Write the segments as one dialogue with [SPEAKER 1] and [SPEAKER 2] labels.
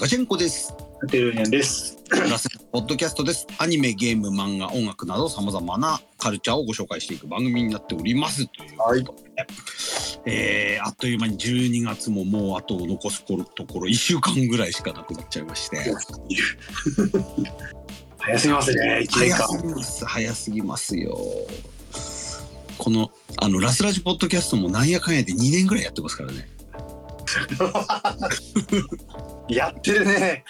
[SPEAKER 1] ガチェンコです。
[SPEAKER 2] テルニャンです。
[SPEAKER 1] ラセンポッドキャストです。アニメ、ゲーム、漫画、音楽など様々なカルチャーをご紹介していく番組になっております。
[SPEAKER 2] はい。
[SPEAKER 1] えー、あっという間に12月ももうあと残すところ1週間ぐらいしかなくなっちゃいまして。
[SPEAKER 2] 早すぎますね、一年
[SPEAKER 1] 早
[SPEAKER 2] 間。
[SPEAKER 1] すぎます。早すぎますよ。この、あの、ラスラジポッドキャストもなんやかんやで2年ぐらいやってますからね。
[SPEAKER 2] やってるね。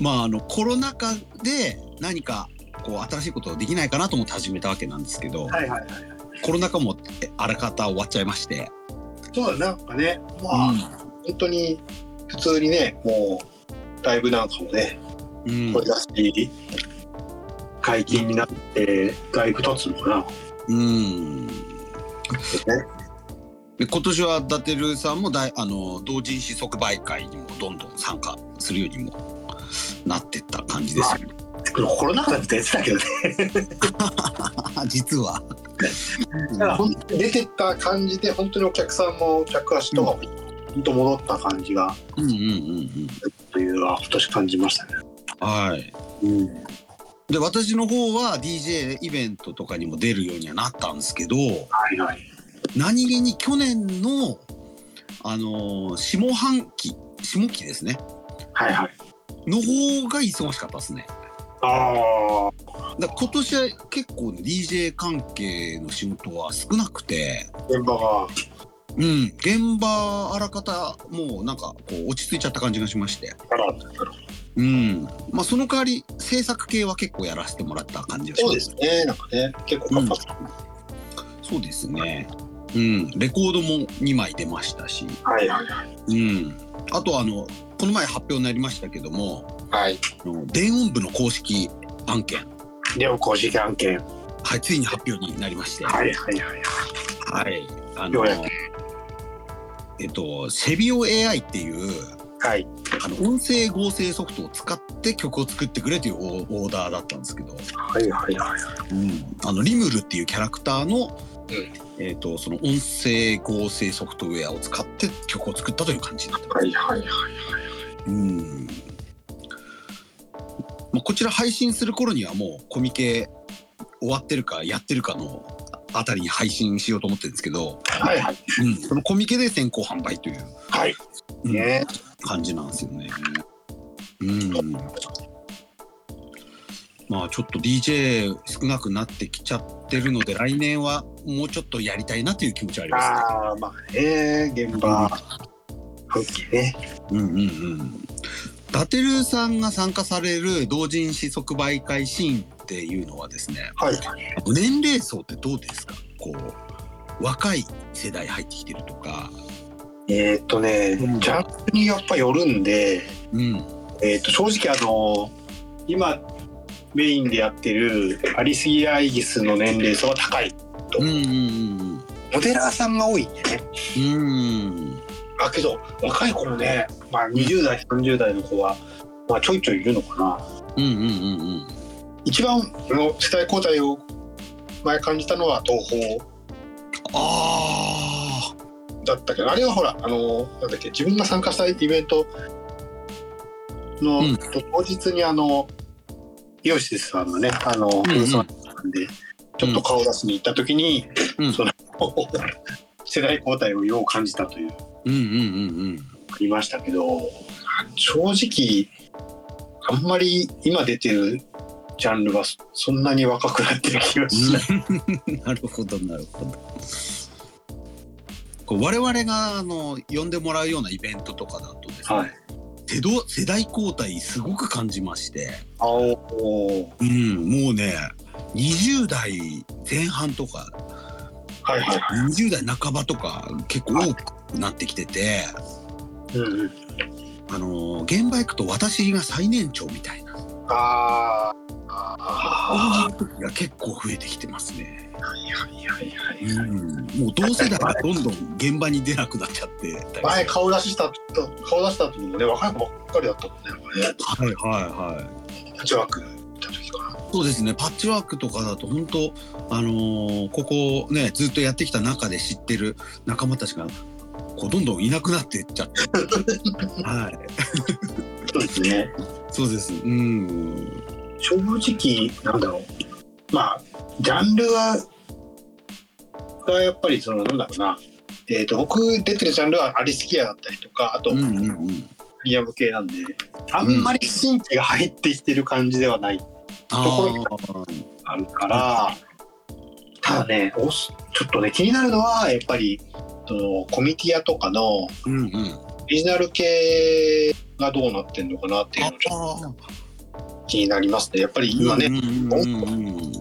[SPEAKER 1] まあ、あの、コロナ禍で何か、こう、新しいことができないかなと思って始めたわけなんですけど、
[SPEAKER 2] はいはいはい。
[SPEAKER 1] コロナ禍もえあらかた終わっちゃいまして。
[SPEAKER 2] そうだ、なんかね、まあ、本当に普通にね、もうライブなんかもね、
[SPEAKER 1] うん
[SPEAKER 2] 声出し、解禁になって、外部立つのかな。
[SPEAKER 1] うんで今年は伊達ルーさんもだいあの同人誌即売会にもどんどん参加するようにもなってった感じですよ、ね
[SPEAKER 2] これコロナ禍だってやってたけどね。
[SPEAKER 1] 実は。
[SPEAKER 2] だから本当に出てった感じで、本当にお客さんも客足とかも、本当戻った感じが、
[SPEAKER 1] うんうんうんうん、
[SPEAKER 2] というのは今年感じましたね。
[SPEAKER 1] はい
[SPEAKER 2] うん。
[SPEAKER 1] で私の方は DJ イベントとかにも出るようにはなったんですけど
[SPEAKER 2] はいはい。
[SPEAKER 1] 何気に去年の、あの下半期下期ですね
[SPEAKER 2] はいはい。
[SPEAKER 1] の方が忙しかったですね。
[SPEAKER 2] ああ。
[SPEAKER 1] だから今年は結構、ね、DJ 関係の仕事は少なくて、
[SPEAKER 2] 現場が。
[SPEAKER 1] うん、現場あらかたもうなんかこう落ち着いちゃった感じがしまして、
[SPEAKER 2] あら
[SPEAKER 1] うんまあ、その代わり制作系は結構やらせてもらった感じがし
[SPEAKER 2] そ
[SPEAKER 1] ま
[SPEAKER 2] うですね、なんかね、結構活発、
[SPEAKER 1] そうですね、うん、レコードも2枚出ましたし、
[SPEAKER 2] はいはいはい。
[SPEAKER 1] うん、あとあのこの前発表になりましたけども
[SPEAKER 2] はい。
[SPEAKER 1] あの電音部の公式案件、
[SPEAKER 2] 両公式案件。
[SPEAKER 1] はい、ついに発表になりまして。
[SPEAKER 2] はいはいはい。
[SPEAKER 1] はい、あ
[SPEAKER 2] よ
[SPEAKER 1] の
[SPEAKER 2] うやく
[SPEAKER 1] えっとセビオ AI っていう
[SPEAKER 2] はい。
[SPEAKER 1] あの音声合成ソフトを使って曲を作ってくれというオーオーダーだったんですけど、
[SPEAKER 2] はいはいはい。
[SPEAKER 1] あのリムルっていうキャラクターの、
[SPEAKER 2] うん
[SPEAKER 1] えっとその音声合成ソフトウェアを使って曲を作ったという感じになってます。
[SPEAKER 2] はいはいはい。
[SPEAKER 1] うんまあ、こちら配信する頃にはもうコミケ終わってるかやってるかのあたりに配信しようと思ってるんですけど、
[SPEAKER 2] はいはい。
[SPEAKER 1] うん、そのコミケで先行販売という、
[SPEAKER 2] はい。
[SPEAKER 1] うん
[SPEAKER 2] ね。
[SPEAKER 1] 感じなんですよね。うん。まあちょっと DJ 少なくなってきちゃってるので来年はもうちょっとやりたいなという気持ちはあります、
[SPEAKER 2] ああ、まあね、現場。復帰ね。
[SPEAKER 1] うんうんうん。ダテルさんが参加される同人誌即売会シーンっていうのはですね、
[SPEAKER 2] はい。
[SPEAKER 1] 年齢層ってどうですかこう、若い世代入ってきてるとか。
[SPEAKER 2] えーっとね、
[SPEAKER 1] うん
[SPEAKER 2] ジャンルにやっぱよるんで、
[SPEAKER 1] うん。
[SPEAKER 2] えーっと、正直あの、今、メインでやってるアリスギアイギスの年齢層は高い。
[SPEAKER 1] うんうん
[SPEAKER 2] モデラーさんが多いんでね。
[SPEAKER 1] うんうん。うん。
[SPEAKER 2] あけど若い子もね、まあ、20代30代の子は、まあ、ちょいちょいいるのかな
[SPEAKER 1] うんうんうんうん。
[SPEAKER 2] 一番この世代交代を前感じたのは東宝
[SPEAKER 1] ああ。
[SPEAKER 2] だったけどあれはほらあのなんだっけ自分が参加したイベントの、
[SPEAKER 1] うん
[SPEAKER 2] 当日にあのイオシスさんのねあの、
[SPEAKER 1] ん
[SPEAKER 2] 演奏なんでちょっと顔出しに行った時に、
[SPEAKER 1] うん
[SPEAKER 2] その 世代交代をよう感じたという
[SPEAKER 1] うんうんうんうん。
[SPEAKER 2] ありましたけど正直あんまり今出てるジャンルはそそんなに若くなってる気がしない。
[SPEAKER 1] なるほどなるほど。こう我々があの呼んでもらうようなイベントとかだとですね、
[SPEAKER 2] はい、
[SPEAKER 1] 世代世代交代すごく感じまして、
[SPEAKER 2] あお
[SPEAKER 1] うん、もうね20代前半とか
[SPEAKER 2] はいはいは
[SPEAKER 1] 20代半ばとか結構多くなってきてて、
[SPEAKER 2] い。うんうん、
[SPEAKER 1] あの現場行くと私が最年長みたいな
[SPEAKER 2] あー
[SPEAKER 1] そう
[SPEAKER 2] あ
[SPEAKER 1] いう時が結構増えてきてますね。
[SPEAKER 2] ー。はいはいはいは
[SPEAKER 1] う
[SPEAKER 2] い。
[SPEAKER 1] ん、もう同世代がどんどん現場に出なくなっちゃってたり
[SPEAKER 2] 前顔出ししたと顔出した時もね若い子ばっかりだったもんね。なんかね
[SPEAKER 1] はいはいはい。
[SPEAKER 2] パッチワーク行った時かな。
[SPEAKER 1] そうですね、パッチワークとかだと、本当、あのーここね、ずっとやってきた中で知ってる 仲間たちが、こうどんどんいなくなっていっちゃって、はい、
[SPEAKER 2] そうですね。
[SPEAKER 1] そうです。うん。
[SPEAKER 2] 正直、なんだろう。まあ、ジャンルは、はやっぱりその、なんだろうな。えっ、と、僕出てるジャンルはアリスキアだったりとか、あと、
[SPEAKER 1] う
[SPEAKER 2] プ
[SPEAKER 1] んうんうん。
[SPEAKER 2] リアム系なんで、あんまり新規が入ってきてる感じではない
[SPEAKER 1] ああ。
[SPEAKER 2] あるから、ただね、おすちょっとね、気になるのは、やっぱり、そのコミティアとかのオ
[SPEAKER 1] うんうん。
[SPEAKER 2] リジナル系がどうなってんのかなっていうのちょっ
[SPEAKER 1] ああ。
[SPEAKER 2] と気になりますね。やっぱり今ね、
[SPEAKER 1] うんうんうんうん。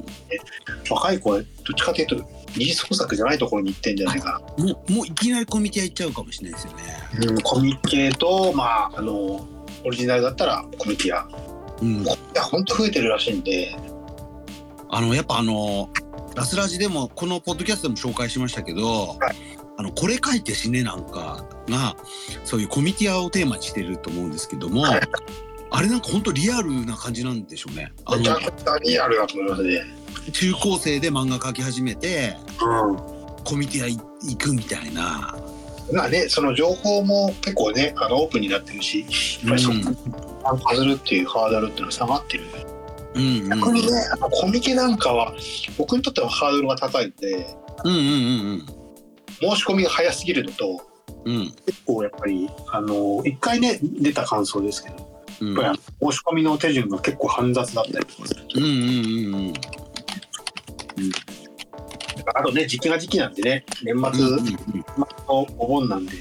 [SPEAKER 2] 若い子はどっちかというと、二次創作じゃないところに行ってんじゃないか
[SPEAKER 1] もう、もういきなりコミティア行っちゃうかもしれないですよね。
[SPEAKER 2] な。うん、コミケと、まあ、あの、オリジナルだったらコミティア。
[SPEAKER 1] うん。
[SPEAKER 2] コミティアほんと増えてるらしいんで、
[SPEAKER 1] あの、やっぱあの、ラスラジでも、このポッドキャストでも紹介しましたけど、
[SPEAKER 2] は
[SPEAKER 1] あの、これ書いて死ねなんかが、そういうコミティアをテーマにしてると思うんですけども、
[SPEAKER 2] はい
[SPEAKER 1] あれなんか本当リアルな感じなんでしょうね。あ
[SPEAKER 2] めちゃ
[SPEAKER 1] の、
[SPEAKER 2] くちゃリアルだと思いますね。
[SPEAKER 1] 中高生で漫画描き始めて、
[SPEAKER 2] うん。
[SPEAKER 1] コミティア行くみたいな。
[SPEAKER 2] まあね、その情報も結構ね、あのオープンになってるし、やっぱりそこ
[SPEAKER 1] うん
[SPEAKER 2] 参加するっていうハードルっていうのは下がってる。
[SPEAKER 1] うんうん。
[SPEAKER 2] 逆にね、あのコミケなんかは、僕にとってはハードルが高いんで、
[SPEAKER 1] うんうん
[SPEAKER 2] 申し込みが早すぎるのと、
[SPEAKER 1] うんうん。
[SPEAKER 2] 結構やっぱり、あの、一回ね、出た感想ですけど、やっ
[SPEAKER 1] うん。
[SPEAKER 2] ぱりあの申し込みの手順が結構煩雑だったりとかする。
[SPEAKER 1] うんうんうんうん。
[SPEAKER 2] あとね、時期が時期なんでね、年末
[SPEAKER 1] うんうん
[SPEAKER 2] のお盆なんで、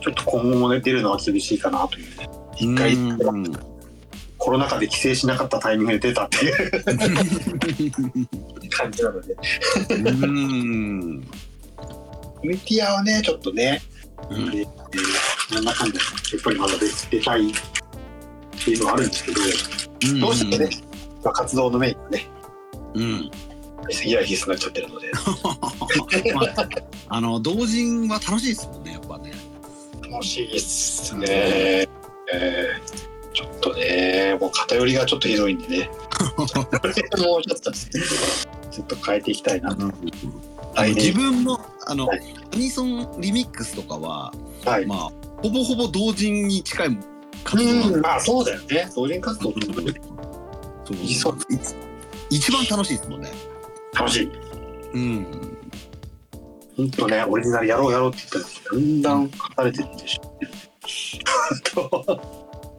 [SPEAKER 2] ちょっと今後もね、出るのは厳しいかなというね。一回、
[SPEAKER 1] うん
[SPEAKER 2] コロナ禍で帰省しなかったタイミングで出たっていう 感じなので、
[SPEAKER 1] うん。
[SPEAKER 2] コミティアはね、ちょっとね、
[SPEAKER 1] うん
[SPEAKER 2] で、えー、なんだかんだやっぱりまだ出出たいっていうのはあるんですけど、どうしてもね、まあ、活動のメインがね、
[SPEAKER 1] うん、
[SPEAKER 2] 杉谷必須になっちゃってるので、
[SPEAKER 1] まあ、あの同人は楽しいですもんねやっぱね
[SPEAKER 2] 楽しいですね。えーちょっとね、もう偏りがちょっとひどいんで ね、もうちょっと、ちょっと変えていきたいな。
[SPEAKER 1] あの
[SPEAKER 2] 来年
[SPEAKER 1] 自分もあの、
[SPEAKER 2] は
[SPEAKER 1] アニソンリミックスとかは、
[SPEAKER 2] はい。
[SPEAKER 1] まあほぼほぼ同人に近い活動なん
[SPEAKER 2] う
[SPEAKER 1] で
[SPEAKER 2] ん、まあそうだよね。同人活動ってことで
[SPEAKER 1] そう
[SPEAKER 2] いそう
[SPEAKER 1] 一番楽しいですもんね
[SPEAKER 2] 楽しい。
[SPEAKER 1] うん
[SPEAKER 2] 本当ね、オリジナルやろうやろうって言ったんですけど、だんだん離れてるんでしょうね。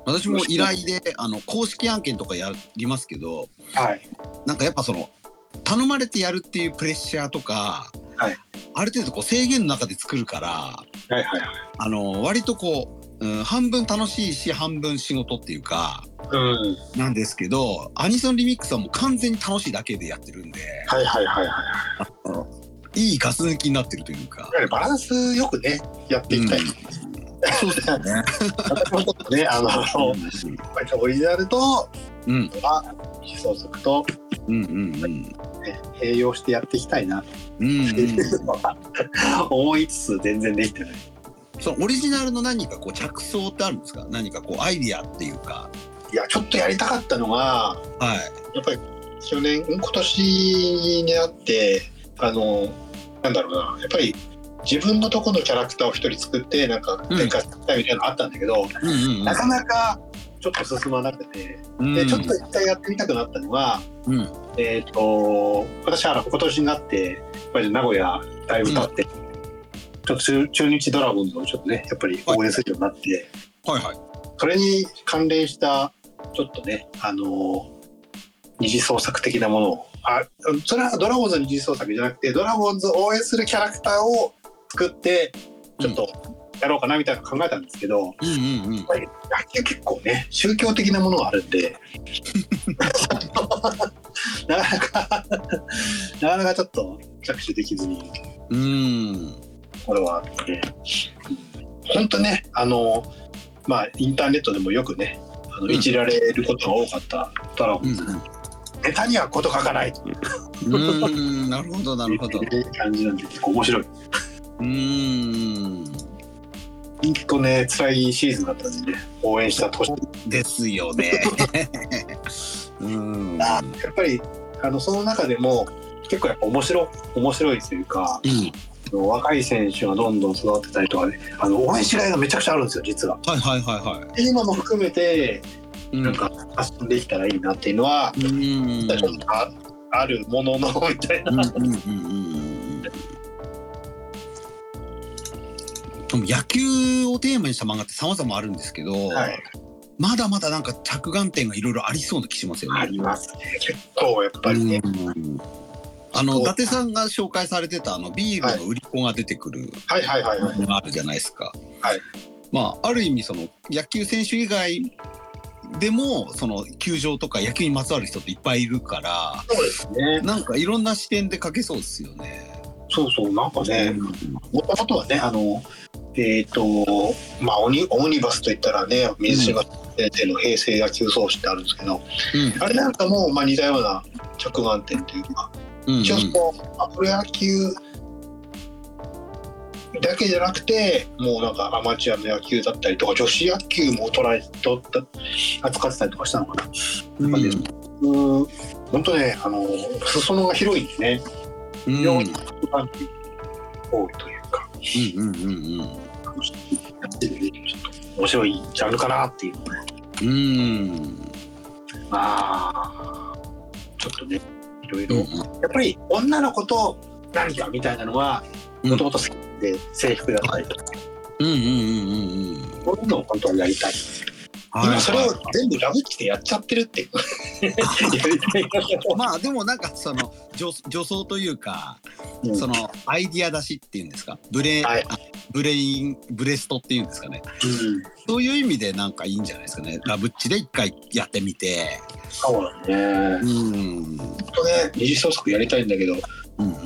[SPEAKER 1] 私も依頼であの公式案件とかやりますけど
[SPEAKER 2] はい。
[SPEAKER 1] なんかやっぱその頼まれてやるっていうプレッシャーとか、
[SPEAKER 2] はい
[SPEAKER 1] ある程度こう制限の中で作るから
[SPEAKER 2] はいはいはい。
[SPEAKER 1] あの割とこう、うん、半分楽しいし半分仕事っていうか
[SPEAKER 2] うん。
[SPEAKER 1] なんですけどアニソンリミックスはもう完全に楽しいだけでやってるんで
[SPEAKER 2] はいはいはいはい。
[SPEAKER 1] いいガス抜きになってるというか
[SPEAKER 2] やっぱりバランスよくね、やっていきたい。
[SPEAKER 1] うんそうですよね。
[SPEAKER 2] 私もちょっとね、あの、オリジナルと、
[SPEAKER 1] うん
[SPEAKER 2] あ創作と、
[SPEAKER 1] うんうんうん
[SPEAKER 2] ね、併用してやっていきたいなっ
[SPEAKER 1] うん
[SPEAKER 2] て
[SPEAKER 1] うん
[SPEAKER 2] いうのは、 思いつつ全然できてない。
[SPEAKER 1] そのオリジナルの何かこう着想ってあるんですか何かこうアイディアっていうか
[SPEAKER 2] いや、ちょっとやりたかったのが、
[SPEAKER 1] はい
[SPEAKER 2] やっぱり去年、今年になって、あの、なんだろうな、やっぱり自分のとこのキャラクターを一人作って、なんか
[SPEAKER 1] うん
[SPEAKER 2] 展開したいみたいなのあったんだけど、
[SPEAKER 1] うんうん
[SPEAKER 2] なかなかちょっと進まなくて、
[SPEAKER 1] うん
[SPEAKER 2] で、ちょっと一回やってみたくなったのが、
[SPEAKER 1] うん
[SPEAKER 2] えー、と私は今年になってやっぱり名古屋だいぶ経って、ちょっと中中日ドラゴンズをちょっとねやっぱり応援するようになって、
[SPEAKER 1] はいはい
[SPEAKER 2] それに関連したちょっとねあのー二次創作的なものをあそれはドラゴンズの二次創作じゃなくてドラゴンズを応援するキャラクターを作ってちょっとやろうかなみたいなの考えたんですけど、
[SPEAKER 1] うんうんうん
[SPEAKER 2] 野球結構ね宗教的なものがあるんで なかなかなかなかちょっと着手できずに
[SPEAKER 1] うん
[SPEAKER 2] これはあって本当ねあのまあインターネットでもよくねあの
[SPEAKER 1] うん
[SPEAKER 2] いじられることが多かったドラゴ
[SPEAKER 1] う
[SPEAKER 2] ン
[SPEAKER 1] ん
[SPEAKER 2] ズ、ネタにはこと書かないって
[SPEAKER 1] うん うんなるほどなるほど
[SPEAKER 2] いう感じなんで結構面白い
[SPEAKER 1] うん
[SPEAKER 2] 本当ね辛いシーズンだったんでね応援した年
[SPEAKER 1] ですよね。 うん。
[SPEAKER 2] やっぱりあのその中でも結構やっぱ面白面白いというか
[SPEAKER 1] うん。
[SPEAKER 2] 若い選手がどんどん育ってたりとかねあの応援しがいがめちゃくちゃあるんですよ実は。
[SPEAKER 1] はいはいはいは
[SPEAKER 2] で今も含めて
[SPEAKER 1] い。
[SPEAKER 2] なんか発信できたらいいなっていうのは、
[SPEAKER 1] うん。うん。
[SPEAKER 2] ちょっとああるもののみたいな。
[SPEAKER 1] うんうんうんうんでも野球をテーマにした漫画って様々あるんですけど、
[SPEAKER 2] はい、
[SPEAKER 1] まだまだなんか着眼点がいろいろありそうな気しますよね。
[SPEAKER 2] ありますね結構やっぱりね。
[SPEAKER 1] うんあの
[SPEAKER 2] そう
[SPEAKER 1] 伊達さんが紹介されてたあのビールの売り子が出てくる
[SPEAKER 2] はいはいはいはい。
[SPEAKER 1] のがあるじゃないですか。
[SPEAKER 2] はい
[SPEAKER 1] まあある意味その野球選手以外でもその球場とか野球にまつわる人っていっぱいいるか
[SPEAKER 2] そうです
[SPEAKER 1] ら
[SPEAKER 2] ね。
[SPEAKER 1] なんかいろんな視点で書けそうですよね。
[SPEAKER 2] そうそうなんかね。
[SPEAKER 1] うん
[SPEAKER 2] もともとはね、あの、えっ、と、まあオニ、オムニバスといったらね、水島先生の平成野球創始ってあるんですけど、あれなんかも、まあ、似たような着眼点というか、
[SPEAKER 1] うん
[SPEAKER 2] 一応その、まあプロ野球だけじゃなくて、もうなんかアマチュアの野球だったりとか、女子野球も捉えとった扱ってたりとかしたのかな。
[SPEAKER 1] うん
[SPEAKER 2] なんかねうん、本当ね、あの、裾野が広いんですね。
[SPEAKER 1] うん
[SPEAKER 2] 非常に着眼点多いというか。
[SPEAKER 1] うんうんうんうん
[SPEAKER 2] やってるちょっと面白いジャンルかなっていうのね
[SPEAKER 1] うん
[SPEAKER 2] まあちょっとねいろいろ、やっぱり女の子と何かみたいなのは
[SPEAKER 1] うん
[SPEAKER 2] もともと好きで制服だったりとか、
[SPEAKER 1] うんうんうんうんうん
[SPEAKER 2] そういうのを本当はやりたい、今それを全部ラブッチでやっちゃってるっていうやりたい
[SPEAKER 1] まあでもなんかその女女装というか、
[SPEAKER 2] うん
[SPEAKER 1] そのアイディア出しっていうんですかブレ、
[SPEAKER 2] はい
[SPEAKER 1] あブレインブレストっていうんですかね
[SPEAKER 2] うん
[SPEAKER 1] そういう意味でなんかいいんじゃないですかねラブッチで一回やってみて
[SPEAKER 2] そうだ
[SPEAKER 1] う
[SPEAKER 2] ね
[SPEAKER 1] んうん
[SPEAKER 2] 本当ね二次創作やりたいんだけど
[SPEAKER 1] うんう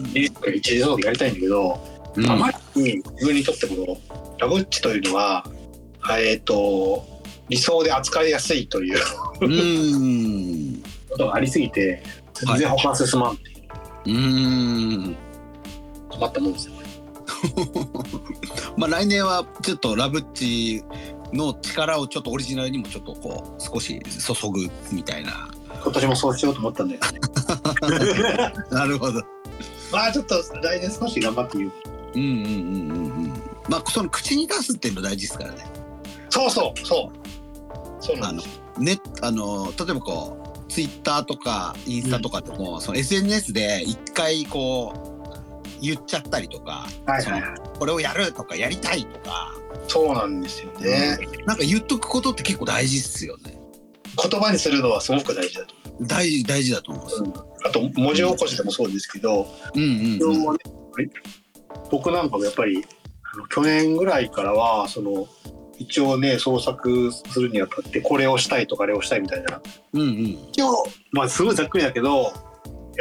[SPEAKER 1] ん
[SPEAKER 2] 二次創作やりたいんだけど
[SPEAKER 1] うん
[SPEAKER 2] あまりに自分にとってこのラブッチというのは、えっ、と、理想で扱いやすいという
[SPEAKER 1] うん
[SPEAKER 2] ことがありすぎて、全然他は進まんって、
[SPEAKER 1] うん
[SPEAKER 2] 止まったもんですよ。
[SPEAKER 1] まあ来年はちょっとラブッチの力をちょっとオリジナルにもちょっとこう少し注ぐみたいな
[SPEAKER 2] 今年もそうしようと思ったんだよね。
[SPEAKER 1] なるほど
[SPEAKER 2] まあちょっと来年少し頑張ってみよ
[SPEAKER 1] う
[SPEAKER 2] う。
[SPEAKER 1] んうんうんうんうんまあその口に出すっていうの大事ですからね
[SPEAKER 2] そうそう、そう。そうなんですよ。
[SPEAKER 1] ね、あの例えばこうツイッターとかインスタとかでも、その SNS で一回こう言っちゃったりとか
[SPEAKER 2] はいはいはい。
[SPEAKER 1] これをやるとかやりたいとか
[SPEAKER 2] そうなんですよね。
[SPEAKER 1] なんか言っとくことって結構大事っすよね
[SPEAKER 2] 言葉にするのはすごく大事だと
[SPEAKER 1] 大事大事だと思うんです
[SPEAKER 2] 思う。あと、文字起こしでもそうですけど、
[SPEAKER 1] うん
[SPEAKER 2] 自
[SPEAKER 1] うんう
[SPEAKER 2] 分
[SPEAKER 1] ん
[SPEAKER 2] もね僕なんかもやっぱりあの去年ぐらいからはその一応ね創作するにあたってこれをしたいとかあれをしたいみたいな
[SPEAKER 1] うんうん
[SPEAKER 2] 一応まあすごいざっくりだけどやっ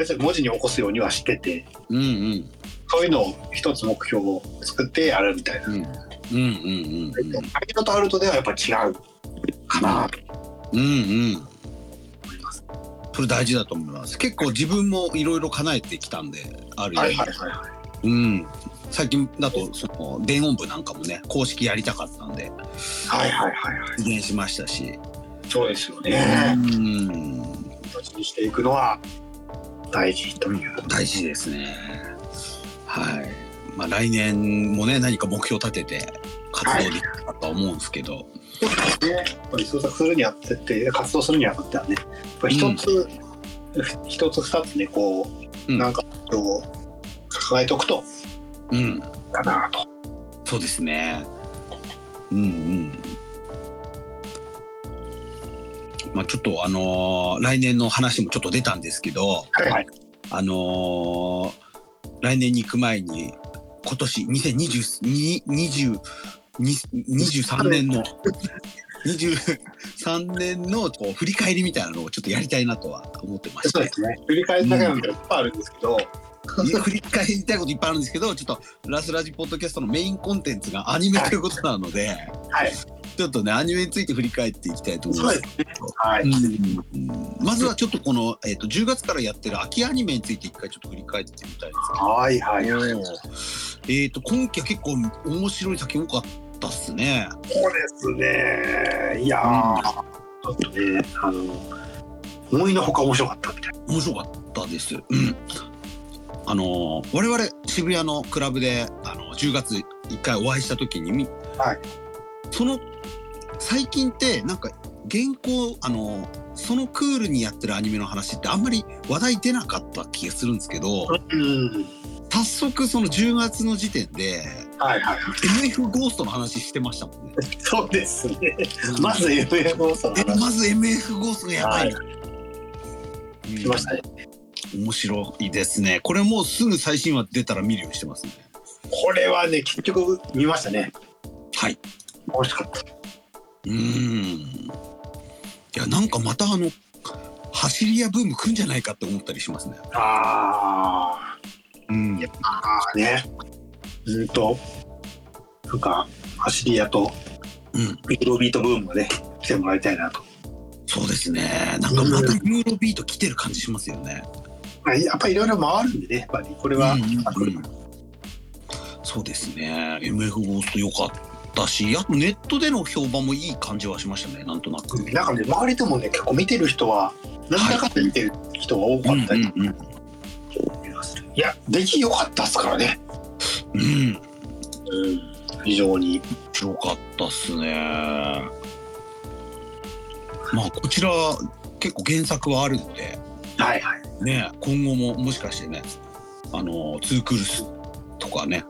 [SPEAKER 2] ぱり文字に起こすようにはしてて
[SPEAKER 1] うんうん
[SPEAKER 2] そういうのを一つ目標を作ってやるみたいな。
[SPEAKER 1] うんうんうん
[SPEAKER 2] アイドとアルトではやっぱ違うかなと
[SPEAKER 1] うんうん
[SPEAKER 2] 思います。
[SPEAKER 1] それ大事だと思います結構自分もいろいろ叶えてきたんである意味、
[SPEAKER 2] はいはいはいは
[SPEAKER 1] う
[SPEAKER 2] い。
[SPEAKER 1] ん最近だとその電音部なんかもね公式やりたかったんで
[SPEAKER 2] はいはいはいは
[SPEAKER 1] 実現しましたし、
[SPEAKER 2] い。そうですよ
[SPEAKER 1] う
[SPEAKER 2] ね。
[SPEAKER 1] ん、
[SPEAKER 2] 形にしていくのは大事という。
[SPEAKER 1] 大事ですね。はい。まあ来年もね何か目標立てて活動できたらとは思うんですけど、
[SPEAKER 2] ね、やっぱり創作するにあたって活動するにあたってはねやっぱ一つ、一つ二つねこう、
[SPEAKER 1] うん
[SPEAKER 2] なんかこう抱えておくと
[SPEAKER 1] うん、
[SPEAKER 2] かなと
[SPEAKER 1] そうですね。うんうん。まあちょっとあのー来年の話もちょっと出たんですけど、
[SPEAKER 2] はいはい
[SPEAKER 1] あのー来年に行く前に今年2022 20 23年の23年のこう振り返りみたいなのをちょっとやりたいなとは思ってまし
[SPEAKER 2] そう
[SPEAKER 1] て
[SPEAKER 2] ですね振り返りだけなんていっぱいあるんですけど、
[SPEAKER 1] いや振り返りたいこといっぱいあるんですけどちょっとラスラジポッドキャストのメインコンテンツがアニメということなので、
[SPEAKER 2] はい
[SPEAKER 1] ちょっとねアニメについて振り返っていきたいと思い
[SPEAKER 2] そ
[SPEAKER 1] ま
[SPEAKER 2] う
[SPEAKER 1] す
[SPEAKER 2] で。すねはい、
[SPEAKER 1] うんまずはちょっとこの、えー、と10月からやってる秋アニメについて一回ちょっと振り返ってみたいです
[SPEAKER 2] はいはいはい
[SPEAKER 1] おーえっ、と今期は結構面白い作品多かったっすね。
[SPEAKER 2] そうですねいやー、ちょっとねあの思いのほか面白かったみたい
[SPEAKER 1] 面白かったです。うん。あのー我々渋谷のクラブであの10月1回お会いした時にみ、
[SPEAKER 2] はい
[SPEAKER 1] その最近ってなんか原稿あのーそのクールにやってるアニメの話ってあんまり話題出なかった気がするんですけど
[SPEAKER 2] うん。
[SPEAKER 1] 早速その10月の時点で
[SPEAKER 2] はいはいはい。
[SPEAKER 1] MF ゴーストの話してましたもんね。
[SPEAKER 2] そうですね。まず UFO さんの
[SPEAKER 1] えま
[SPEAKER 2] 話
[SPEAKER 1] ず MF ゴーストがやばいな。うん
[SPEAKER 2] しましたね。
[SPEAKER 1] 面白いですね。これもうすぐ最新話出たら見るようにしてますね。
[SPEAKER 2] これはね、結局見ましたね。
[SPEAKER 1] はい。
[SPEAKER 2] 美味しかった。
[SPEAKER 1] うーん。いや、なんかまたあの、走り屋ブーム来んじゃないかって思ったりしますね。
[SPEAKER 2] あ
[SPEAKER 1] うん。
[SPEAKER 2] やあ、ああね。うんと、なんか、走り屋と
[SPEAKER 1] うん。
[SPEAKER 2] ビーロビートブームをね、来てもらいたいなと。
[SPEAKER 1] そうですね。なんかまたユーロビート来てる感じしますよね。
[SPEAKER 2] まあやっぱりいろいろ回るんでね、やっぱりこれは。
[SPEAKER 1] うんうん
[SPEAKER 2] あこれ
[SPEAKER 1] うんそうですね。MF ゴースト良かったし、あとネットでの評判もいい感じはしましたね。なんとなく。
[SPEAKER 2] なんかね、周りでもね、結構見てる人は、なんだかんだ見てる人が多かったり
[SPEAKER 1] うんうんうん
[SPEAKER 2] する。いや、出来良かったっすからね。
[SPEAKER 1] うん。
[SPEAKER 2] うん、非常に。
[SPEAKER 1] よかったっすね。まあこちら結構原作はあるので
[SPEAKER 2] はいはい。
[SPEAKER 1] ね今後ももしかしてねあのツークールスとかね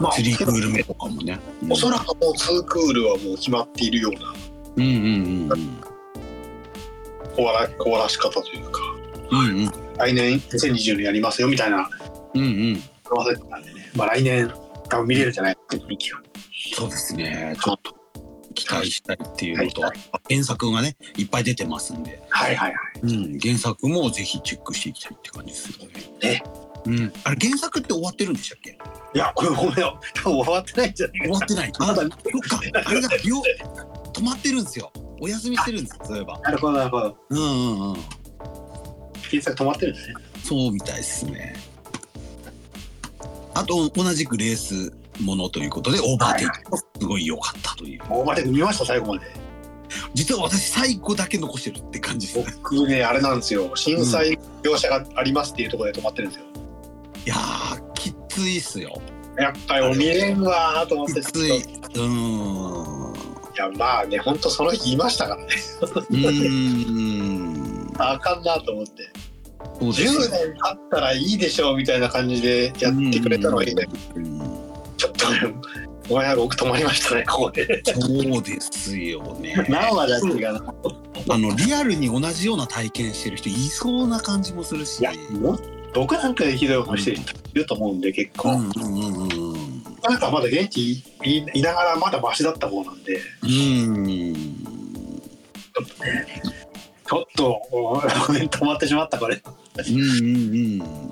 [SPEAKER 2] まあ、
[SPEAKER 1] スリークール目とかもね。うん
[SPEAKER 2] おそらくもうツークールはもう決まっているような
[SPEAKER 1] うんうんうんうん
[SPEAKER 2] 終わら終わらし方というか、
[SPEAKER 1] うん
[SPEAKER 2] 来年2020年やりますよみたいな
[SPEAKER 1] うんうんうん
[SPEAKER 2] 合わせてたんでね、まあ来年多分見れるんじゃないかって雰囲気が。
[SPEAKER 1] そうですねちょっと期待したいっていうのと
[SPEAKER 2] はい
[SPEAKER 1] 原作がねいっぱい出てますんで、
[SPEAKER 2] はいはいはい。
[SPEAKER 1] うん、原作もぜひチェックしていきたいって感じですよね。
[SPEAKER 2] ね
[SPEAKER 1] うん、あれ原作って終わってるんでしたっけ
[SPEAKER 2] いや、これごめんよ。多分終わってないんじゃない
[SPEAKER 1] 終わってない。まだ、そっか、あれだ、よ、止まってるんですよ。お休みしてるんですよ、そういえば。
[SPEAKER 2] なるほどなるほど。
[SPEAKER 1] うんうんうん。
[SPEAKER 2] 検索止まってるんですね。
[SPEAKER 1] そうみたいですね。あと、同じくレースものということで、オーバーテイクもすごい良かったという。
[SPEAKER 2] もうまで見ました最後まで。
[SPEAKER 1] 実は私、最後だけ残してるって感じですね。
[SPEAKER 2] 僕ねあれなんですよ。震災業者がありますっていうところで止まってるんですよ。
[SPEAKER 1] いやー、きついっすよ。
[SPEAKER 2] やっぱりもう見れんわーと思っ
[SPEAKER 1] き
[SPEAKER 2] て。
[SPEAKER 1] つい。うーん。う
[SPEAKER 2] いやまあね、本当その日いましたからね。
[SPEAKER 1] ーん。
[SPEAKER 2] あかんなと思って。
[SPEAKER 1] そうです
[SPEAKER 2] 10
[SPEAKER 1] よ
[SPEAKER 2] 年経ったらいいでしょうみたいな感じでやってくれたのはいいね、
[SPEAKER 1] うん
[SPEAKER 2] ちょっとねごめんなさい僕止まりましたねここで
[SPEAKER 1] そうですよね。
[SPEAKER 2] 何話だっけかな、
[SPEAKER 1] あのリアルに同じような体験してる人いそうな感じもするし。
[SPEAKER 2] いやもう僕なんかひどい思いしてる人いると思うんで結
[SPEAKER 1] う
[SPEAKER 2] 構、
[SPEAKER 1] んうんうんうん。
[SPEAKER 2] なんかまだ現地いいながらまだマシだった方なんで
[SPEAKER 1] うん。
[SPEAKER 2] ちょっとねちょっとお止まってしまったこれ
[SPEAKER 1] うんうんう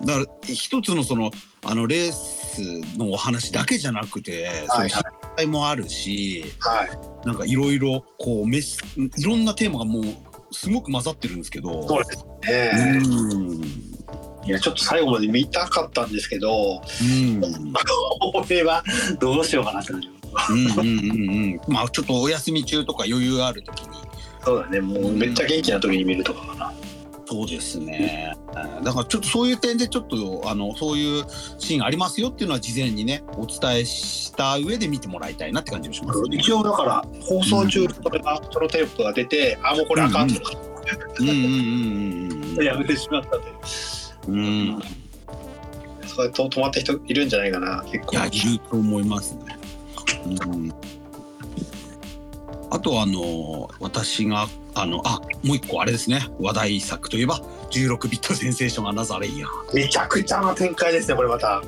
[SPEAKER 1] ん。だから一つのそのあのレースのお話だけじゃなくて、
[SPEAKER 2] はい
[SPEAKER 1] その失敗もあるし、
[SPEAKER 2] はい
[SPEAKER 1] なんかいろいろこうメスいろんなテーマがもうすごく混ざってるんですけど。
[SPEAKER 2] そうですね、
[SPEAKER 1] うん。
[SPEAKER 2] いやちょっと最後まで見たかったんですけど
[SPEAKER 1] うん。
[SPEAKER 2] 俺はどうしようかなって感じ
[SPEAKER 1] うんうんうんうん。まあちょっとお休み中とか余裕がある時に。
[SPEAKER 2] そうだねもうめっちゃ元気な時に見るとかかな
[SPEAKER 1] そうですね。だからちょっとそういう点でちょっとあのそういうシーンありますよっていうのは事前にねお伝えした上で見てもらいたいなって感じもしますね。
[SPEAKER 2] 一応だから放送中これがトロテープが出て、あもうこれあかんとか
[SPEAKER 1] うんうんうんうん
[SPEAKER 2] やめてしまったんで、
[SPEAKER 1] うん。うん。
[SPEAKER 2] それと止まった人いるんじゃないかな結
[SPEAKER 1] い
[SPEAKER 2] 構
[SPEAKER 1] やいると思いますね。うん。あとあの私があのあもう一個あれですね話題作といえば16ビットセンセーションアナザーレイヤー。
[SPEAKER 2] めちゃくちゃな展開ですねこれまた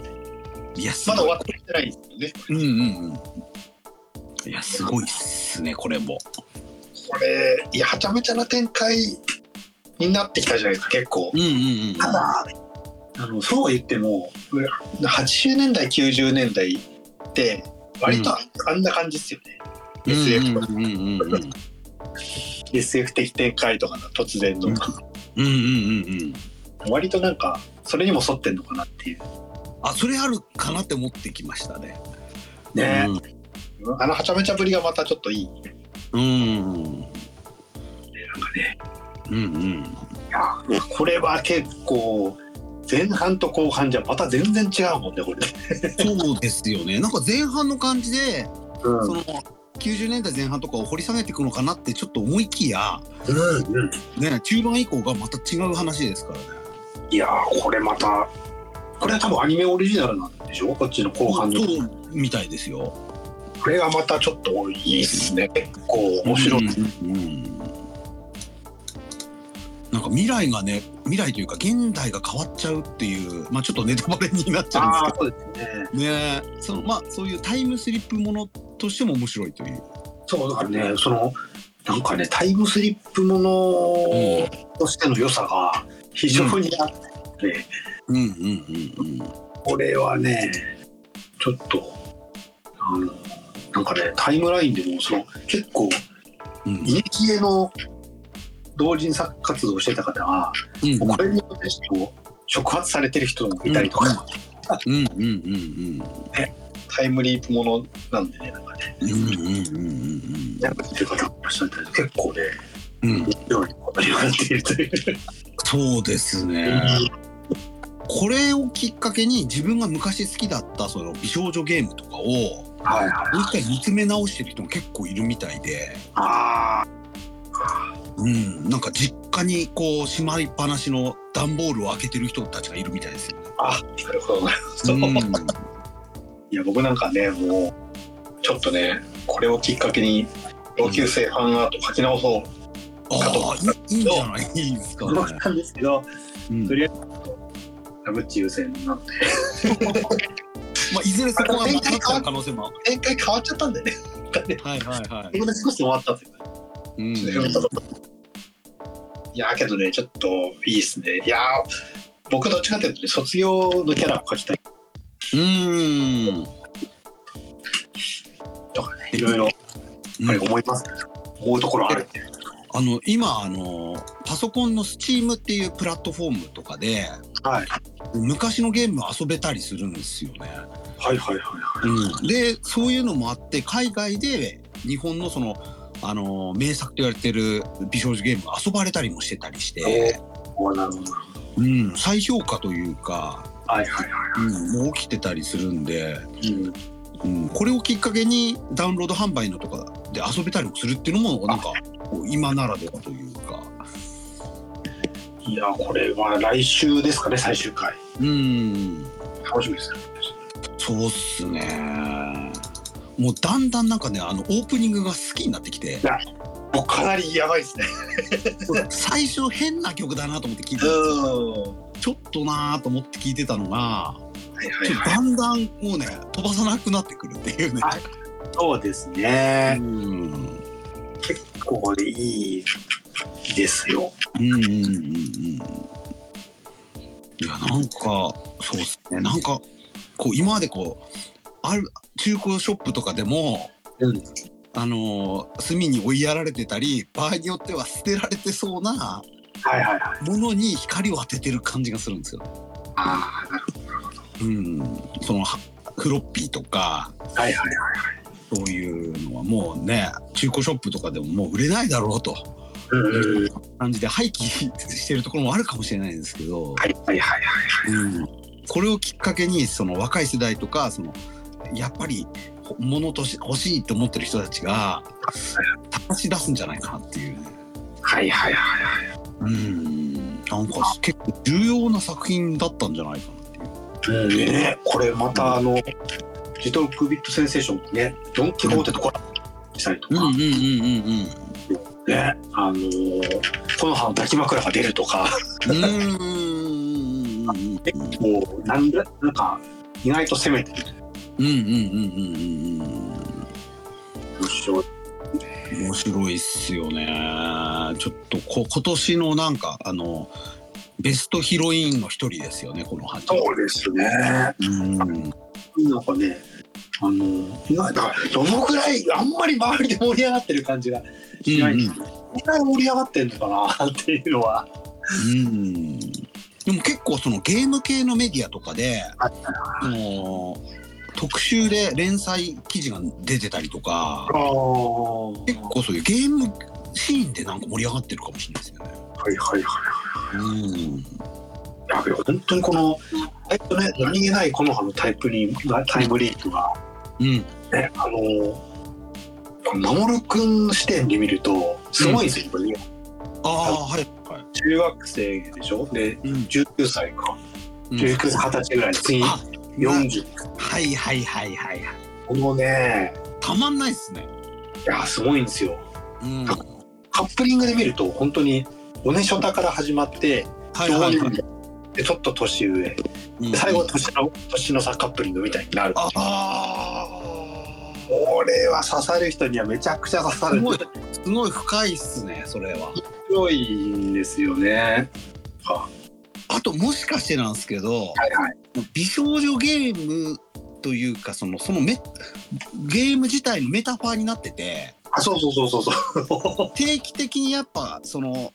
[SPEAKER 1] いやす
[SPEAKER 2] まだ終
[SPEAKER 1] ごい。
[SPEAKER 2] わってないんです
[SPEAKER 1] うん
[SPEAKER 2] よね
[SPEAKER 1] うんうん。いやすごいっすねこれも。
[SPEAKER 2] これいやはちゃめちゃな展開になってきたじゃないですか結構
[SPEAKER 1] うんうんうんうん。
[SPEAKER 2] ただあのそうは言っても80年代90年代って割とあんな感じですよね、SF とか
[SPEAKER 1] うんうんうんうん
[SPEAKER 2] SF 的展開とかの突然の、
[SPEAKER 1] うんうんうんうんうん
[SPEAKER 2] 割となんかそれにも沿ってんのかなっていう
[SPEAKER 1] あそれあるかなって思ってきましたね。
[SPEAKER 2] ねあのはちゃめちゃぶりがまたちょっといい。
[SPEAKER 1] うん。うんうんうんうん
[SPEAKER 2] これは結構前半と後半じゃまた全然違うもんねこれね、
[SPEAKER 1] そうですよね。なんか前半の感じで、
[SPEAKER 2] うん
[SPEAKER 1] その90年代前半とかを掘り下げていくのかなってちょっと思いきや、
[SPEAKER 2] うんうん、
[SPEAKER 1] ね、中盤以降がまた違う話ですからね。
[SPEAKER 2] いやーこれまたこれは多分アニメオリジナルなんでしょこっちの後半の
[SPEAKER 1] そうみたいですよ。
[SPEAKER 2] これがまたちょっといいっすね結構面白い、
[SPEAKER 1] うんうんなんか未来がね未来というか現代が変わっちゃうっていうまあちょっとネタバレになっちゃうんで
[SPEAKER 2] ああそうですね
[SPEAKER 1] すけどねそのまあそういうタイムスリップものとしても面白いという
[SPEAKER 2] そうだからねそのなんかねタイムスリップものとしての良さが非常にあって、
[SPEAKER 1] うんうんうんうん
[SPEAKER 2] これはねちょっとあのなんかねタイムラインでもその結構
[SPEAKER 1] うん
[SPEAKER 2] 家系の同人作活動をしてた方が、
[SPEAKER 1] うん
[SPEAKER 2] これによってこう触発されてる人もいたりとか、
[SPEAKER 1] うんうんうん
[SPEAKER 2] タイムリープものなんでねなんかね
[SPEAKER 1] うんうんうんうんうん
[SPEAKER 2] やってる方もいらっしゃったりとか結構ね
[SPEAKER 1] うん
[SPEAKER 2] 面白いことになっているという。
[SPEAKER 1] そうですねこれをきっかけに自分が昔好きだったその美少女ゲームとかをもう
[SPEAKER 2] はいはい、
[SPEAKER 1] 一回見つめ直してる人も結構いるみたいで
[SPEAKER 2] ああ
[SPEAKER 1] うん、なんか実家にこうしまいっぱなしの段ボールを開けてる人たちがいるみたいですよね。
[SPEAKER 2] あなるほどなるほど、
[SPEAKER 1] うん
[SPEAKER 2] いや僕なんかねもうちょっとねこれをきっかけに同級生ファンアート書き直そう
[SPEAKER 1] ああ、いいいいんじゃないいいですか、
[SPEAKER 2] と思っ
[SPEAKER 1] ね。
[SPEAKER 2] たんですけど、
[SPEAKER 1] うん
[SPEAKER 2] とりあえずラブッチ優先になって
[SPEAKER 1] まあ、いずれそこはなくなっちゃう可能性も。
[SPEAKER 2] 展開変わっちゃったんだよね。
[SPEAKER 1] はいはいは
[SPEAKER 2] そこで少し終わったっていうか
[SPEAKER 1] い。うん、
[SPEAKER 2] いやーけどねちょっといいですね。いやー僕どっちかというとね卒業のキャラを描きたい
[SPEAKER 1] うん、
[SPEAKER 2] とかねいろいろやっぱり思います、ね思うところあるっていう。
[SPEAKER 1] あの今あのパソコンの Steam っていうプラットフォームとかで
[SPEAKER 2] はい
[SPEAKER 1] 昔のゲーム遊べたりするんですよね。
[SPEAKER 2] はいはいはいは
[SPEAKER 1] うん、でそういうのもあって海外で日本のその、あの名作と言われてる美少女ゲームが遊ばれたりもしてたりし
[SPEAKER 2] い。え
[SPEAKER 1] て、
[SPEAKER 2] おーなるほどなるほど。
[SPEAKER 1] うん、再評価というか、
[SPEAKER 2] はいはいは
[SPEAKER 1] うん、もう起きてたりするんで、
[SPEAKER 2] い。うん
[SPEAKER 1] うん、これをきっかけにダウンロード販売のとかで遊べたりもするっていうのもなんかこう今ならではというか、
[SPEAKER 2] いやーこれは来週ですかね最終回。
[SPEAKER 1] うん、
[SPEAKER 2] 楽しみですね。
[SPEAKER 1] そうっすね。もうだんだんなんかねあのオープニングが好きになってきて
[SPEAKER 2] もうかなりやばいですね。
[SPEAKER 1] 最初変な曲だなと思って聞いてたんですよ
[SPEAKER 2] は
[SPEAKER 1] ちょっとなーと思って聞いてたのが、
[SPEAKER 2] いは
[SPEAKER 1] ち
[SPEAKER 2] い
[SPEAKER 1] ょっと
[SPEAKER 2] はい。
[SPEAKER 1] だんだんもうね、飛ばさなくなってくるっていうね。
[SPEAKER 2] あそうです
[SPEAKER 1] う
[SPEAKER 2] ね。
[SPEAKER 1] ん。うん
[SPEAKER 2] これいいですよ。
[SPEAKER 1] うんうんうん。いや、なんか、そうですね。なんか、こう、今までこう、ある、中古ショップとかでも、
[SPEAKER 2] うん
[SPEAKER 1] あのー隅に追いやられてたり、場合によっては捨てられてそうな
[SPEAKER 2] はいはいはい。
[SPEAKER 1] ものに光を当ててる感じがするんですよ。
[SPEAKER 2] ああなるほ
[SPEAKER 1] うん。その、はフロッピーとか、
[SPEAKER 2] ど。はいはいはい。
[SPEAKER 1] そういうのはもうね中古ショップとかでももう売れないだろうと
[SPEAKER 2] うんうん。
[SPEAKER 1] 感じで廃棄してるところもあるかもしれないんですけど、
[SPEAKER 2] はいはいはいはい。
[SPEAKER 1] うんこれをきっかけにその若い世代とかそのやっぱり物とし欲しいと思ってる人たちが探し出すんじゃないかなっていうね、
[SPEAKER 2] はいはいはいはい。
[SPEAKER 1] うん、なんか結構重要な作品だったんじゃないかなっていう。
[SPEAKER 2] うんね、これまたあの、ジトークビットセンセーションね、ドン・キホーテとコラボしたりとか、
[SPEAKER 1] うんうんうんうん
[SPEAKER 2] ね、あのー、この葉の抱き枕が出るとか、
[SPEAKER 1] うんうんうんうん
[SPEAKER 2] 結構、なんだ、なんか、意外と攻めてる。
[SPEAKER 1] うんうんうんうんうんうん
[SPEAKER 2] 面白い
[SPEAKER 1] 面白いっすよねちょっとこ今年のなんかあのベストヒロインの一人ですよねこの8
[SPEAKER 2] そうですね。な
[SPEAKER 1] うん
[SPEAKER 2] んかね、あのー、意外だから、どのくらい、あんまり周りで盛り上がってる感じがしない。
[SPEAKER 1] うん
[SPEAKER 2] どのくらい盛り上がってんのかなっていうのは。
[SPEAKER 1] うんでも結構そのゲーム系のメディアとかで
[SPEAKER 2] はい
[SPEAKER 1] その特集で連載記事が出てたりとか
[SPEAKER 2] あはい
[SPEAKER 1] 結構そういうゲームシーンでなんか盛り上がってるかもしれないですよね。
[SPEAKER 2] はいはい。
[SPEAKER 1] うん
[SPEAKER 2] いやくよ本当にこの、えっとね、何気ないこの葉のタイプリータイムリープが、
[SPEAKER 1] うん。
[SPEAKER 2] ね、あのこの守君視点で見るとすごいんですよ、これね
[SPEAKER 1] ああ、はい。はい。
[SPEAKER 2] 中学生でしょで
[SPEAKER 1] うん。
[SPEAKER 2] 19歳か
[SPEAKER 1] うん
[SPEAKER 2] 19歳20歳ぐらい次
[SPEAKER 1] あ
[SPEAKER 2] 40
[SPEAKER 1] はいはいはいはいはい。
[SPEAKER 2] このね
[SPEAKER 1] たまんないっすね。
[SPEAKER 2] いやすごいんですよ
[SPEAKER 1] うん。
[SPEAKER 2] あカップリングで見ると本当におねショタから始まって、
[SPEAKER 1] はいはい
[SPEAKER 2] 同
[SPEAKER 1] はい
[SPEAKER 2] 年。代でちょっと年上で
[SPEAKER 1] うん
[SPEAKER 2] 最後は年の年の差カップリングみたいになる
[SPEAKER 1] あ
[SPEAKER 2] これは刺さる人にはめちゃくちゃ刺
[SPEAKER 1] あ。
[SPEAKER 2] さ
[SPEAKER 1] す
[SPEAKER 2] る
[SPEAKER 1] ごい、すごい深いっすね、それは。
[SPEAKER 2] 強いんですよね
[SPEAKER 1] あと、もしかしてなんですけど、
[SPEAKER 2] はいはい
[SPEAKER 1] 美少女ゲームというか、その、そのメ、ゲーム自体のメタファーになってて、
[SPEAKER 2] あそうそうそうそうそう
[SPEAKER 1] 定期的にやっぱその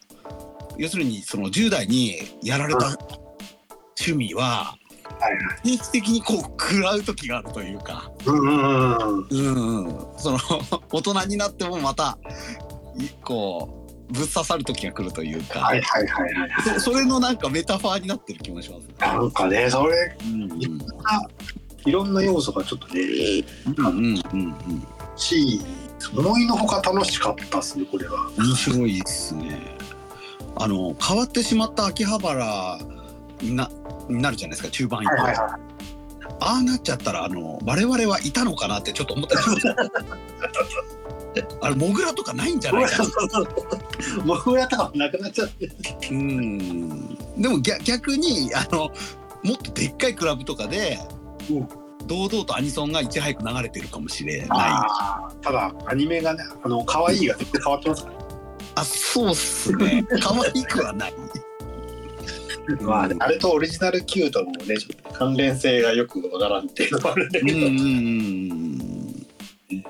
[SPEAKER 1] 要するにその10代にやられ
[SPEAKER 2] う
[SPEAKER 1] た趣味は
[SPEAKER 2] は
[SPEAKER 1] 定
[SPEAKER 2] い
[SPEAKER 1] 期的にこう食らう時があるというか、
[SPEAKER 2] うんうんうんうん
[SPEAKER 1] うんうん、その 大人になってもまたいこうぶっ刺さる時が来るというか、
[SPEAKER 2] はいはいはいはい
[SPEAKER 1] そそれのなんかメタファーになってる気もしますね。
[SPEAKER 2] なんかねそれ
[SPEAKER 1] うんうん
[SPEAKER 2] いろんな要素がちょっとね
[SPEAKER 1] うんうんうん
[SPEAKER 2] し思いのほか楽しかったっすねこれは
[SPEAKER 1] 面白いですね。あの変わってしまった秋葉原になになるじゃないですか中盤以降。
[SPEAKER 2] は
[SPEAKER 1] ああなっちゃったらあの我々はいたのかなってちょっと思ったりしました あれモグラとかないんじゃないかな
[SPEAKER 2] うモグラとかもなくなっちゃって
[SPEAKER 1] うんでも逆逆にあのもっとでっかいクラブとかで、
[SPEAKER 2] うん
[SPEAKER 1] 堂々とアニソンがいち早く流れてるかもしれないあ
[SPEAKER 2] あーただアニメがねあの可愛いが絶対変わってますからね
[SPEAKER 1] そうっすね可愛くはない
[SPEAKER 2] まあねあれとオリジナルキュートのねちょっと関連性がよくわからんっていうのもあるんだ
[SPEAKER 1] うん
[SPEAKER 2] け
[SPEAKER 1] う
[SPEAKER 2] ど、
[SPEAKER 1] んうんうん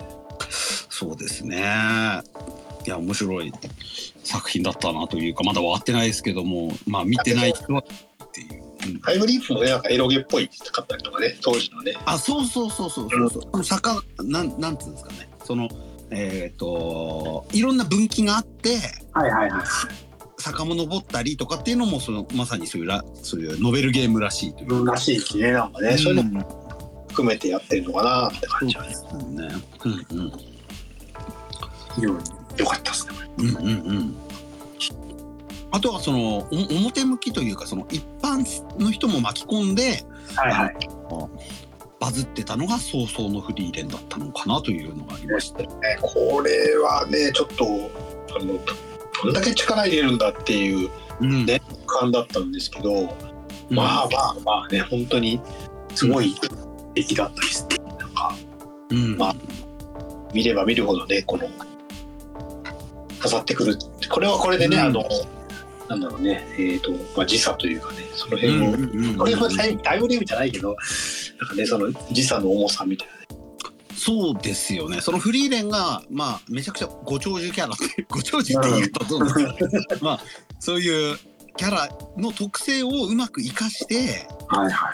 [SPEAKER 1] そうですねいや面白い作品だったなというかまだ終わってないですけどもまあ見てない人はっていう。
[SPEAKER 2] タイムリープもねなんかエロゲっぽいかったりとかね当時のね
[SPEAKER 1] あそうそうそうそうそうそう、う坂なんなんつうんですかねそのえっ、といろんな分岐があって
[SPEAKER 2] はいはいはい
[SPEAKER 1] 遡ったりとかっていうのもそのまさにそういうらそういうノベルゲームらしいという
[SPEAKER 2] らしいしねなんかね、そういうのも含めてやってるのかなって感じはね
[SPEAKER 1] うんねうんうん
[SPEAKER 2] よかったっすね
[SPEAKER 1] うんうんうんあとはそのお表向きというかその一般の人も巻き込んで
[SPEAKER 2] はい
[SPEAKER 1] はいバズってたのが早々のフリーレンだったのかなというのがありまして
[SPEAKER 2] ね、これはねちょっとあのどどんだけ力入れるんだっていう
[SPEAKER 1] うん
[SPEAKER 2] ね感だったんですけど、
[SPEAKER 1] うん
[SPEAKER 2] まあまあまあね本当にすごい出来だったりしてなんか
[SPEAKER 1] うん
[SPEAKER 2] まあ見れば見るほどねこの刺さってくるこれはこれでね、
[SPEAKER 1] うん
[SPEAKER 2] あのなんだろうねえっ、と、まあ、時差というかねその
[SPEAKER 1] うん
[SPEAKER 2] 辺を、
[SPEAKER 1] うんうん
[SPEAKER 2] これはタイタイムリープじゃないけどなんかねその時差の重さみたいな
[SPEAKER 1] そうですよね。そのフリーレンが、まあ、めちゃくちゃご長寿キャラって、ご長寿って言う とどうなんですかね。まあ、そういうキャラの特性をうまく活かして、
[SPEAKER 2] はいはい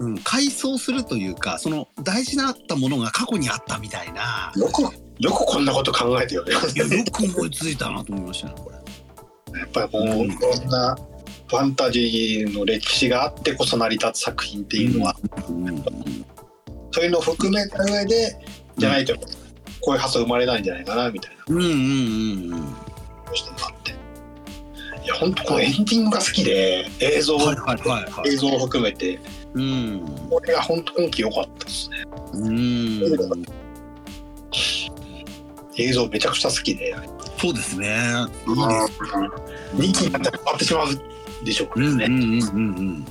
[SPEAKER 1] うん、回想するというか、その大事だったものが過去にあったみたいな、
[SPEAKER 2] よくよくこんなこと考えてよね
[SPEAKER 1] いやよく思いついたなと思いましたね、これ。
[SPEAKER 2] やっぱりこう、
[SPEAKER 1] うん
[SPEAKER 2] いろんなファンタジーの歴史があってこそ成り立つ作品っていうのは、
[SPEAKER 1] うん
[SPEAKER 2] そういうのを含めた上でじゃないとこういう発想生まれないんじゃないかなみたい
[SPEAKER 1] う
[SPEAKER 2] な
[SPEAKER 1] んうんうん。
[SPEAKER 2] ことをしてもらっていや本当このエンディングが好きで映像、
[SPEAKER 1] はいはいはいは
[SPEAKER 2] 映
[SPEAKER 1] い。
[SPEAKER 2] 像を含めて
[SPEAKER 1] うん。
[SPEAKER 2] これが本当今季良かったですね
[SPEAKER 1] うん。
[SPEAKER 2] 映像めちゃくちゃ好きで
[SPEAKER 1] そうですね。いいです
[SPEAKER 2] 2期になったら終わってしまうでしょうか
[SPEAKER 1] うん
[SPEAKER 2] ら
[SPEAKER 1] うん
[SPEAKER 2] ね、
[SPEAKER 1] うんうんうん。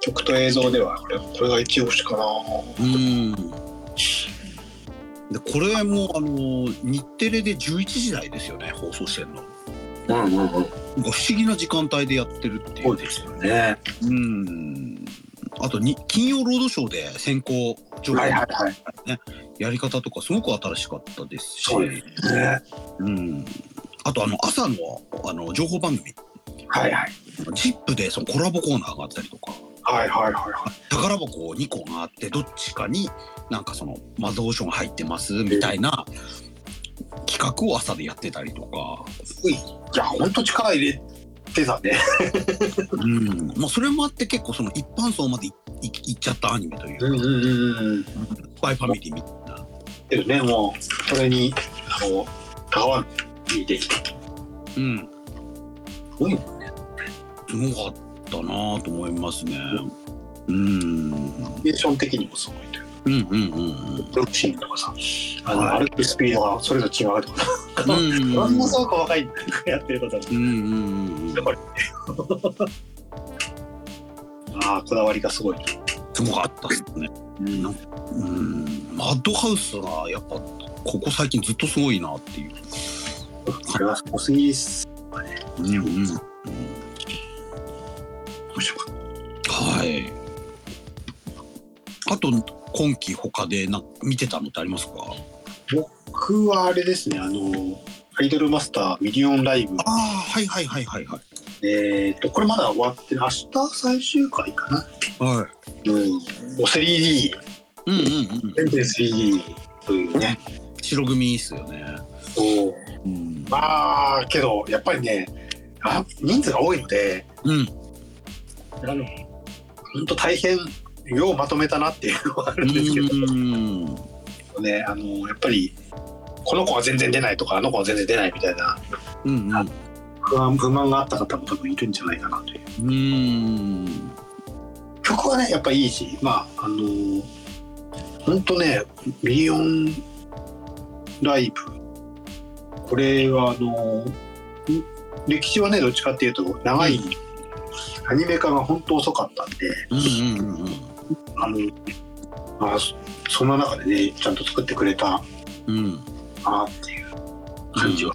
[SPEAKER 2] 曲と映像ではこれこれが一押しかな
[SPEAKER 1] うん。でこれもあの日テレで11時台ですよね放送してるの。なんか
[SPEAKER 2] うんうんうん
[SPEAKER 1] 不思議な時間帯でやってるってい。
[SPEAKER 2] そううですよね
[SPEAKER 1] うん。あとに金曜ロードショーで先行情報
[SPEAKER 2] はいは
[SPEAKER 1] や
[SPEAKER 2] いはい
[SPEAKER 1] り方とかすごく新しかったですし、
[SPEAKER 2] そうですね
[SPEAKER 1] うん。あとあの朝のあの情報番組
[SPEAKER 2] はいはい
[SPEAKER 1] ジップでそのコラボコーナーがあったりとか。
[SPEAKER 2] はいはいはいは
[SPEAKER 1] 宝箱2個があってどっちかになんかその魔導書が入ってますみたいな企画を朝でやってたりとか、
[SPEAKER 2] いや、ほんと力入れてたね。
[SPEAKER 1] うんまあ、それもあって結構その一般層までいいいっちゃったアニメというか、
[SPEAKER 2] うんうん。
[SPEAKER 1] スパイファミリーみたいな。
[SPEAKER 2] てるね、もう、それに、あの、たわにできて。
[SPEAKER 1] うん、
[SPEAKER 2] うん。
[SPEAKER 1] すごかったなと思いますね。うん、
[SPEAKER 2] コンビネーション的にもすごいという
[SPEAKER 1] うんうんうん
[SPEAKER 2] か。
[SPEAKER 1] うん
[SPEAKER 2] ロッシーとかさ、あの、
[SPEAKER 1] はい
[SPEAKER 2] 歩くスピードがそれぞれ違うとか。
[SPEAKER 1] うん
[SPEAKER 2] ものすごく若いんだよやってること
[SPEAKER 1] うんうんうん
[SPEAKER 2] だから。ああ、こだわりがすごい。
[SPEAKER 1] すごかったですね。
[SPEAKER 2] うん
[SPEAKER 1] なんうん、マッドハウスがやっぱここ最近ずっとすごいなっていう。
[SPEAKER 2] これはすごすぎです。
[SPEAKER 1] うんうん、
[SPEAKER 2] 面白かっ
[SPEAKER 1] はい。あと今期他でなんか見てたのってありますか？
[SPEAKER 2] た僕はあれですね、あの、アイドルマスターミリオンライブ。
[SPEAKER 1] ああはいはいはいはいはい。
[SPEAKER 2] えっと、これまだ終わってる。明日最終回かな。
[SPEAKER 1] は
[SPEAKER 2] うん。お 3D、
[SPEAKER 1] い。うんうんうん。
[SPEAKER 2] 全然 3D というね。
[SPEAKER 1] 白組いいっすよね。
[SPEAKER 2] そう
[SPEAKER 1] うん。
[SPEAKER 2] まあ、けど、やっぱりね、あ人数が多いので、
[SPEAKER 1] うん
[SPEAKER 2] あの、本当大変、ようまとめたなっていうのはあるんですけど
[SPEAKER 1] うん。
[SPEAKER 2] ね、あの、やっぱり、この子は全然出ないとか、あの子は全然出ないみたいな
[SPEAKER 1] うんうん。
[SPEAKER 2] 不安、不満があった方も多分いるんじゃないかなという。
[SPEAKER 1] うん。
[SPEAKER 2] 曲はね、やっぱいいし、まあ、あの、本当ね、ミリオンライブ、これはあの、ん歴史はね、どっちかっていうと、長い、アニメ化が本当遅かったんで、
[SPEAKER 1] うんうんうん。
[SPEAKER 2] あの、まあ、そそんな中でね、ちゃんと作ってくれた
[SPEAKER 1] うん。
[SPEAKER 2] なっていう感じは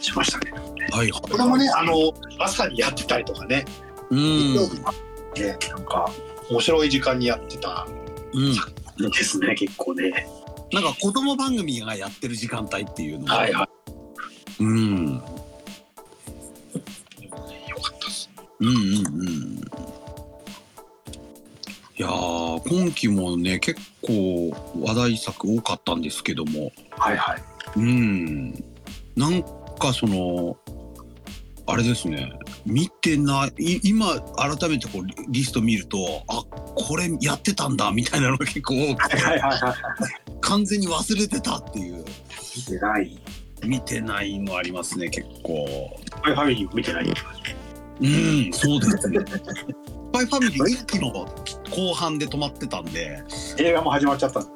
[SPEAKER 2] しましたね。
[SPEAKER 1] はいはい。
[SPEAKER 2] これもね、あの、朝にやってたりとかね、
[SPEAKER 1] うん。
[SPEAKER 2] 曜日もあってね、なんか、面白い時間にやってた
[SPEAKER 1] うん。
[SPEAKER 2] んですね、結構ね。
[SPEAKER 1] なんか子供番組がやってる時間帯っていうのが
[SPEAKER 2] はいは
[SPEAKER 1] うん。
[SPEAKER 2] い。よかったです。
[SPEAKER 1] うんうんうん。いやー今期もね結構話題作多かったんですけども
[SPEAKER 2] はいはい。
[SPEAKER 1] うんなんかそのあれですね見てないい今改めてこうリリスト見るとあこれやってたんだみたいなのが 結構多くて
[SPEAKER 2] はいはいはい。
[SPEAKER 1] 完全に忘れてたっていう
[SPEAKER 2] 見てない。
[SPEAKER 1] 見てないのありますね結構。
[SPEAKER 2] スパイファミリーも見てない。
[SPEAKER 1] うん、そうです ね。スパイファミリー一期の後半で止まってたんで。
[SPEAKER 2] 映画も始まっちゃった。
[SPEAKER 1] そ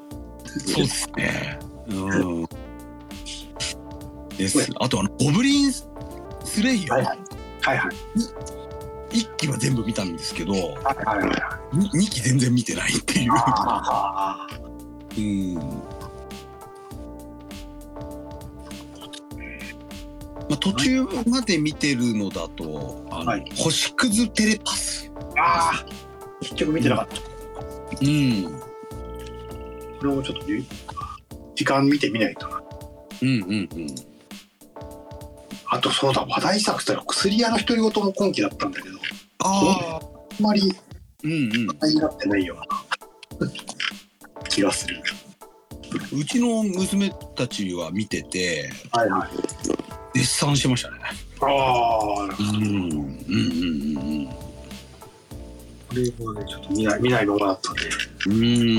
[SPEAKER 1] うですね。うん。です。あとあのゴブリンスレイヤ
[SPEAKER 2] はい
[SPEAKER 1] ー
[SPEAKER 2] はい。はいはい。
[SPEAKER 1] 一期は全部見たんですけど、
[SPEAKER 2] はいはいはい。
[SPEAKER 1] に二期全然見てないっていう。
[SPEAKER 2] あー
[SPEAKER 1] うん。まあ、途中まで見てるのだと、あの、
[SPEAKER 2] はい
[SPEAKER 1] 星屑テレパス。
[SPEAKER 2] あー。結局見てなかった。
[SPEAKER 1] うん。
[SPEAKER 2] これもちょっとね時間見てみないとな。
[SPEAKER 1] うんうんうん。
[SPEAKER 2] あとそうだ、話題作というのは薬屋の独り言も今期だったんだけど、
[SPEAKER 1] ああ。
[SPEAKER 2] あんまり
[SPEAKER 1] うんうん。
[SPEAKER 2] 話題になってないような気がする。
[SPEAKER 1] うちの娘たちは見てて
[SPEAKER 2] はいはい。
[SPEAKER 1] 絶賛してましたね。
[SPEAKER 2] ああ、
[SPEAKER 1] うんうんうん
[SPEAKER 2] これもね、ちょっと見ない、見ないままだったんで。
[SPEAKER 1] うんうん。うん。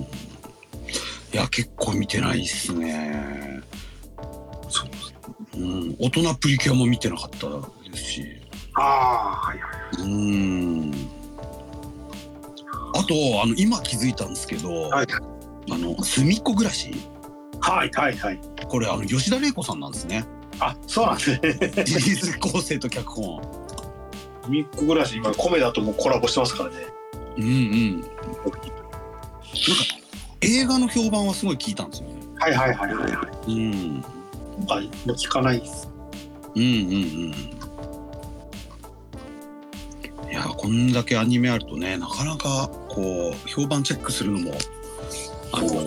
[SPEAKER 1] いや結構見てないっすね。
[SPEAKER 2] そう
[SPEAKER 1] うん。大人プリキュアも見てなかったですし。
[SPEAKER 2] ああ、はいはい。
[SPEAKER 1] うん。あとあの今気づいたんですけど、
[SPEAKER 2] はい
[SPEAKER 1] あの隅っこ暮らし
[SPEAKER 2] はいはいはい。
[SPEAKER 1] これあの吉田玲子さんなんです ね。
[SPEAKER 2] あ、そうなんですね。
[SPEAKER 1] シリーズ構成と脚本。
[SPEAKER 2] ミック暮らし、今、米だともうコラボしてますからね。
[SPEAKER 1] うんうん。なんか映画の評判はすごい聞いたんですよね。
[SPEAKER 2] はいはいはいはいはい。
[SPEAKER 1] うん。
[SPEAKER 2] 今回、もう聞かないです。
[SPEAKER 1] うんうんうん。いやこんだけアニメあるとねなかなかこう評判チェックするのもあの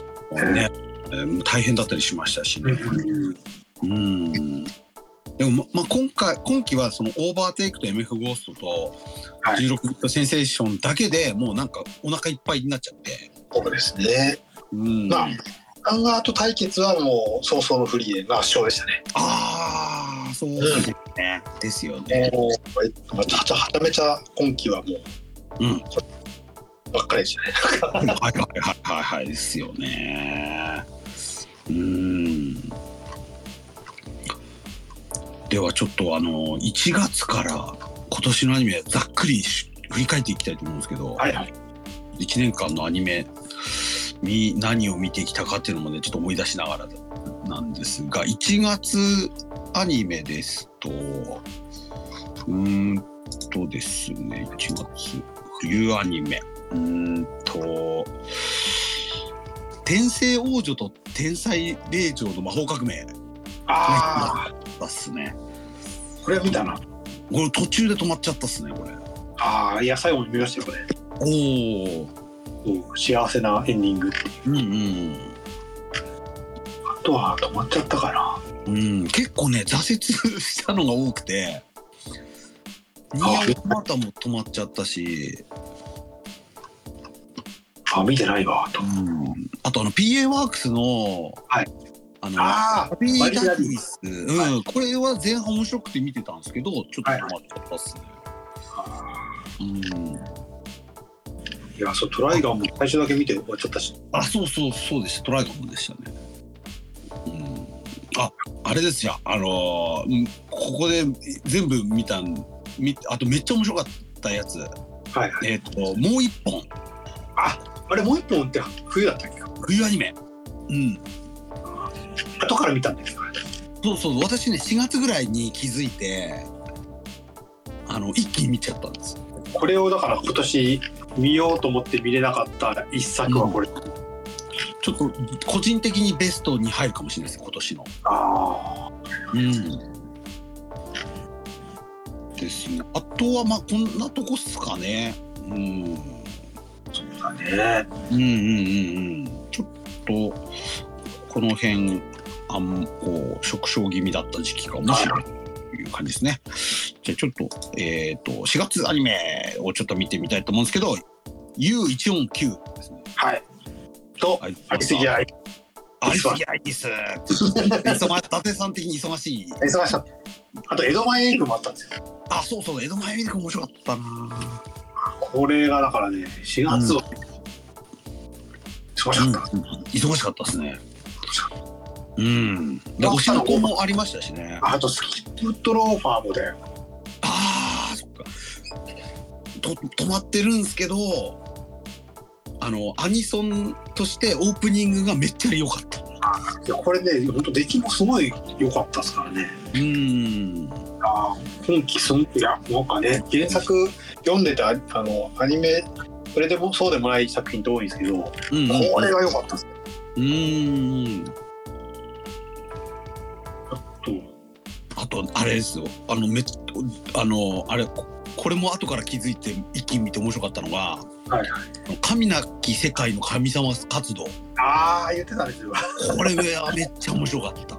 [SPEAKER 1] ね、えー大変だったりしましたしね。うん。でもままあ今回今期はそのオーバーテイクと MF ゴーストと
[SPEAKER 2] はい
[SPEAKER 1] 16ビットセンセーションだけでもうなんかお腹いっぱいになっちゃって。
[SPEAKER 2] そうですね。
[SPEAKER 1] うん
[SPEAKER 2] まあ、アンガーと対決はもう早々のフリーレンが圧勝でしたね。
[SPEAKER 1] ああ、そうですね。ですよね。
[SPEAKER 2] もうえっとまたはたはためちゃ今季はもう、
[SPEAKER 1] うん
[SPEAKER 2] ばっかりでしたね。
[SPEAKER 1] はいはいはいはいはいですよね。うーん。ではちょっとあの1月から今年のアニメざっくりし振り返っていきたいと思うんですけど、
[SPEAKER 2] はいはい。
[SPEAKER 1] 1年間のアニメに何を見てきたかっていうのもねちょっと思い出しながらなんですが1月アニメですとうーんとですね1月冬アニメうーんと「天聖王女と天才霊長の魔法革命」
[SPEAKER 2] あ
[SPEAKER 1] だっすね
[SPEAKER 2] あ、これ見たな。
[SPEAKER 1] これ途中で止まっちゃったっすねこれ
[SPEAKER 2] ああ、いや、最後に見ましたよ、これ。
[SPEAKER 1] おお
[SPEAKER 2] うん幸せなエンディング。
[SPEAKER 1] うんうん
[SPEAKER 2] あとは止まっちゃったかな。
[SPEAKER 1] うん、結構ね挫折したのが多くてニ
[SPEAKER 2] あ
[SPEAKER 1] アオマタも止まっちゃったし、
[SPEAKER 2] あ、見てないわ、と。
[SPEAKER 1] うん、あとあの PA ワークスの、
[SPEAKER 2] はい
[SPEAKER 1] あの
[SPEAKER 2] ああ、
[SPEAKER 1] ハビーダ
[SPEAKER 2] マリ
[SPEAKER 1] ニ
[SPEAKER 2] ダ
[SPEAKER 1] ス、うん
[SPEAKER 2] は
[SPEAKER 1] これは前半面白くて見てたんですけどちょっと止まっちゃったっすね、うん、
[SPEAKER 2] いや、そう、トライガーも最初だけ見て終わっちゃったし。
[SPEAKER 1] あそうそうそうでしたトライガンでしたね、うん、ああれですよあのーうんここで全部見たん見あとめっちゃ面白かったやつ
[SPEAKER 2] はいはい。
[SPEAKER 1] えっ、ともう一本
[SPEAKER 2] あれ、もう一本って冬だったっけ
[SPEAKER 1] 冬アニメ。うん。
[SPEAKER 2] 後から見たんですか
[SPEAKER 1] そうそう、私ね、4月ぐらいに気づいて、あの、一気に見ちゃったんです。
[SPEAKER 2] これをだから今年見ようと思って見れなかった一作はこれ、
[SPEAKER 1] ちょっと、個人的にベストに入るかもしれないです、今年の。
[SPEAKER 2] あ
[SPEAKER 1] うん。ですね。あとは、まあ、こんなとこっすかね。うん。
[SPEAKER 2] あね
[SPEAKER 1] うんうんうんうん。ちょっと、この辺、あん、こう、縮小気味だった時期が面白い。という感じですね。じゃあちょっと、えっ、と、4月アニメをちょっと見てみたいと思うんですけど、U149 ですね。
[SPEAKER 2] はいと
[SPEAKER 1] はい
[SPEAKER 2] ありすぎや
[SPEAKER 1] アリスギアイス。忙伊達さん的に忙しい。
[SPEAKER 2] 忙しかったあと江戸前エイプもあったんですよ
[SPEAKER 1] あ、そうそう、江戸前エリカ面白かったな。
[SPEAKER 2] これがだからね4月は忙しかった、
[SPEAKER 1] 忙しかったですね。うん。で、推しの子もありましたしね。
[SPEAKER 2] あとスキップトローファーもだよ
[SPEAKER 1] ああ、そっか。と止まってるんですけど、あの、アニソンとしてオープニングがめっちゃ良かった。
[SPEAKER 2] いやこれね本当出来もすごい良かったですからね
[SPEAKER 1] うん。
[SPEAKER 2] ああ今期すごくいやなんかね原作読んでたあのアニメそれでもそうでもない作品って多いんですけ
[SPEAKER 1] う
[SPEAKER 2] ど、
[SPEAKER 1] んうん
[SPEAKER 2] これが良かったですね
[SPEAKER 1] うん。
[SPEAKER 2] と
[SPEAKER 1] あと、あれですよ。あの、めっあの、あれ、ここれも後から気づいて一気に見て面白かったのが、
[SPEAKER 2] はい
[SPEAKER 1] 神なき世界の神様活動。
[SPEAKER 2] ああ言ってたんですよ。
[SPEAKER 1] これはめっちゃ面白かった。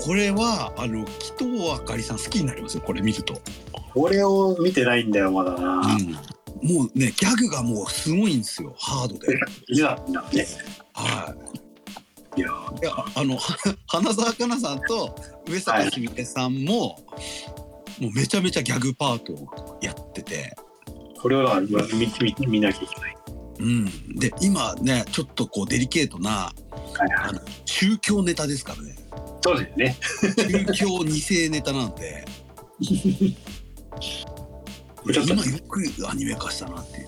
[SPEAKER 1] これは、あの、紀藤あかりさん好きになりますよ。これ見ると。
[SPEAKER 2] これを見てないんだよまだな。
[SPEAKER 1] うん、もうねギャグがもうすごいんですよハードで。
[SPEAKER 2] 実はみんなね。
[SPEAKER 1] はい。
[SPEAKER 2] いや
[SPEAKER 1] いやあの は花澤香菜さんと上坂すみれさんも、もうめちゃめちゃギャグパートをやってて、
[SPEAKER 2] これをだから見見見なきゃいけない。
[SPEAKER 1] うん、で今ねちょっとこうデリケートな
[SPEAKER 2] はいはい。
[SPEAKER 1] 宗教ネタですからね
[SPEAKER 2] そうですね。
[SPEAKER 1] 宗教二世ネタなん でいや今よくアニメ化したなっていう。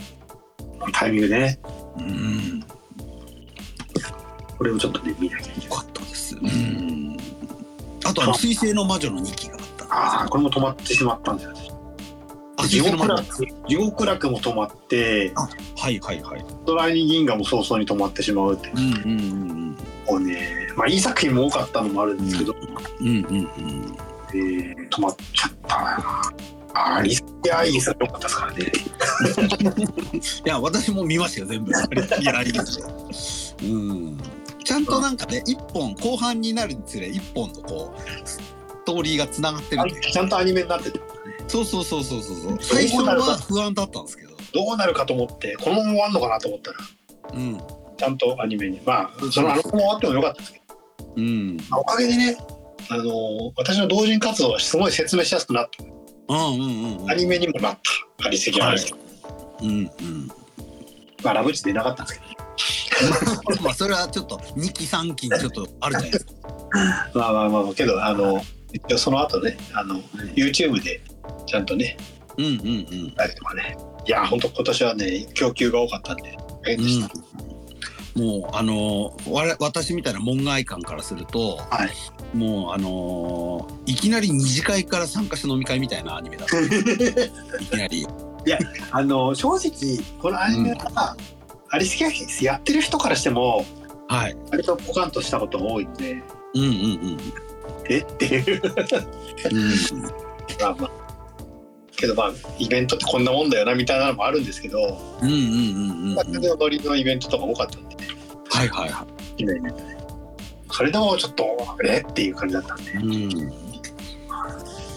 [SPEAKER 2] タイミングね。
[SPEAKER 1] うん
[SPEAKER 2] これをちょっとね見なきゃいけない
[SPEAKER 1] よ。かったです。うん。あとあの水星の魔女の2期があった。
[SPEAKER 2] ああこれも止まってしまったんですよ。
[SPEAKER 1] あ
[SPEAKER 2] 地
[SPEAKER 1] 水星の
[SPEAKER 2] 獄
[SPEAKER 1] 魔女。
[SPEAKER 2] 楽地獄楽も止まって、
[SPEAKER 1] はいはいはい。
[SPEAKER 2] ドライニー銀河も早々に止まってしまうって。
[SPEAKER 1] うんうん
[SPEAKER 2] もうね、まあいい作品も多かったのもあるんですけど、
[SPEAKER 1] うんうん。うんうんうん。
[SPEAKER 2] えー止まっちゃったな。ああリステアイギスは良かったですからね。
[SPEAKER 1] いや私も見ましたよ全部。いやありますよ。うん。ちゃんとなんかね一本後半になるにつれ一本のこうストーリーがつながってる
[SPEAKER 2] あ
[SPEAKER 1] ん
[SPEAKER 2] れ
[SPEAKER 1] で。
[SPEAKER 2] ちゃんとアニメになってて
[SPEAKER 1] そうそうそうそうそうそう。最初は不安だったんですけど。
[SPEAKER 2] どうなるかと思ってこのまま終わるのかなと思ったら
[SPEAKER 1] うん。
[SPEAKER 2] ちゃんとアニメにまあそのあの子も終わってもよかったですけど
[SPEAKER 1] うん。
[SPEAKER 2] まあおかげでねあの私の同人活動はすごい説明しやすくなった
[SPEAKER 1] うんうんうんうん。
[SPEAKER 2] アニメにもなったありすぎはあるけど
[SPEAKER 1] うんうん。
[SPEAKER 2] まあラブチ出なかったんですけど
[SPEAKER 1] まあそれはちょっと二期三期にちょっとあるじゃないですか。
[SPEAKER 2] まあまあまあけどあの一応その後ねあの YouTube でちゃんとね
[SPEAKER 1] うんうんうん。
[SPEAKER 2] あれとかねいや本当今年はね供給が多かったんで大変でした、
[SPEAKER 1] うん、もうあのーわれ私みたいな門外観からすると、
[SPEAKER 2] は
[SPEAKER 1] もうあのーいきなり二次会から参加した飲み会みたいなアニメ だったいきなり
[SPEAKER 2] あの正直このアニメは、アリスキャスやってる人からしても
[SPEAKER 1] はい
[SPEAKER 2] 割とポカンとしたことが多いんで
[SPEAKER 1] うんうんうん
[SPEAKER 2] えっていう
[SPEAKER 1] うん
[SPEAKER 2] まあまあけどまあイベントってこんなもんだよなみたいなのもあるんですけど、
[SPEAKER 1] うんうんうんうんうん
[SPEAKER 2] まあ全然ノリのイベントとか多かったんで
[SPEAKER 1] はいはいは
[SPEAKER 2] 今イベントでそれでもちょっとえっていう感じだったんで
[SPEAKER 1] いうんうん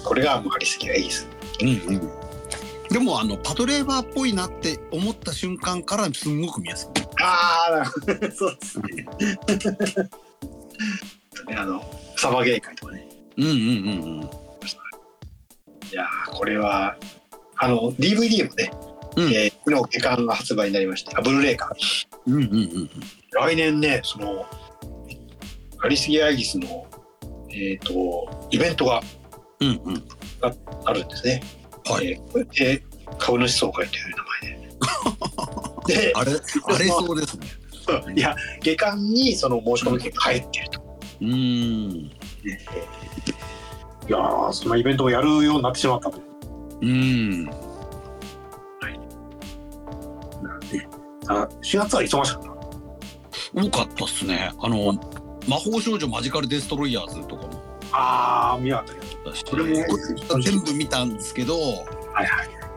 [SPEAKER 2] これがもうアリスキがいいです
[SPEAKER 1] うんでもあのパトレーバーっぽいなって思った瞬間からすんごく見やすい
[SPEAKER 2] ああ、なるほど そうですね。 あの、サバゲー会とかね。
[SPEAKER 1] うんうんうんうん
[SPEAKER 2] いやー、これは、あの、DVD もね、
[SPEAKER 1] うん
[SPEAKER 2] えー昨日時間が発売になりまして、あ、ブルーレイか。
[SPEAKER 1] うんうんうん
[SPEAKER 2] 来年ね、その、アリスギアイギスの、えっ、と、イベントが
[SPEAKER 1] うんうんうん
[SPEAKER 2] あるんですね。
[SPEAKER 1] はい
[SPEAKER 2] えーえー株主総会という名 前で。で
[SPEAKER 1] あれあれそうですね
[SPEAKER 2] そう、いや、下巻にその申し込み結果入ってると。
[SPEAKER 1] うん
[SPEAKER 2] いやー、そのイベントをやるようになってしまったんで
[SPEAKER 1] うん
[SPEAKER 2] なんで、あ4月は忙しかった。
[SPEAKER 1] 多かったっすねあの魔法少女マジカルデストロイヤーズとかも
[SPEAKER 2] ああ、見なかったけど。
[SPEAKER 1] だし
[SPEAKER 2] それも
[SPEAKER 1] 全部見たんですけどはいはい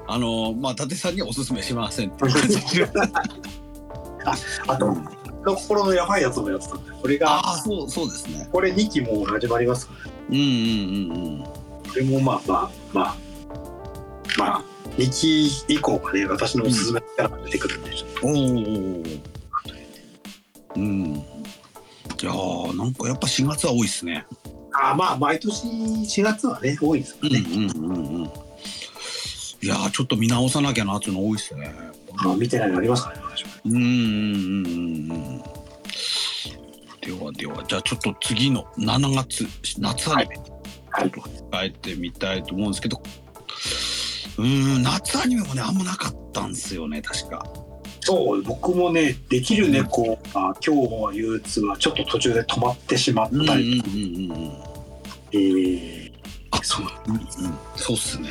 [SPEAKER 1] あのまあ伊達さんにはおすすめしませんって
[SPEAKER 2] あと、心のやばいやつもやってたんだよ。これが、
[SPEAKER 1] ああそうそうですね
[SPEAKER 2] これ2期もう始まりますから。
[SPEAKER 1] うんうんうんうん
[SPEAKER 2] これもまあまあまあ、まあ、2期以降がね、私のおすすめキャラが出てくるんで、ちょっと
[SPEAKER 1] おおうんいやーなんかやっぱ4月は多いですね
[SPEAKER 2] ああ、まあ、毎年4月はね、多いです
[SPEAKER 1] う
[SPEAKER 2] よ
[SPEAKER 1] ん
[SPEAKER 2] ね。
[SPEAKER 1] うんうんうんいやーちょっと見直さなきゃなっていうの多いっすね
[SPEAKER 2] まあ、見てないのありますからね、私も。
[SPEAKER 1] うんうんうんうんうんではではじゃあちょっと次の7月夏アニメ
[SPEAKER 2] はい。
[SPEAKER 1] 変えてみたいと思うんですけどうーん夏アニメもねあんまなかったんですよね確か
[SPEAKER 2] そう、僕もね、できる猫が、今日は憂鬱は、ちょっと途中で止まってしまっ
[SPEAKER 1] うんうんう
[SPEAKER 2] た
[SPEAKER 1] んう
[SPEAKER 2] り、
[SPEAKER 1] んうん
[SPEAKER 2] えー
[SPEAKER 1] あ
[SPEAKER 2] そう
[SPEAKER 1] そうっすね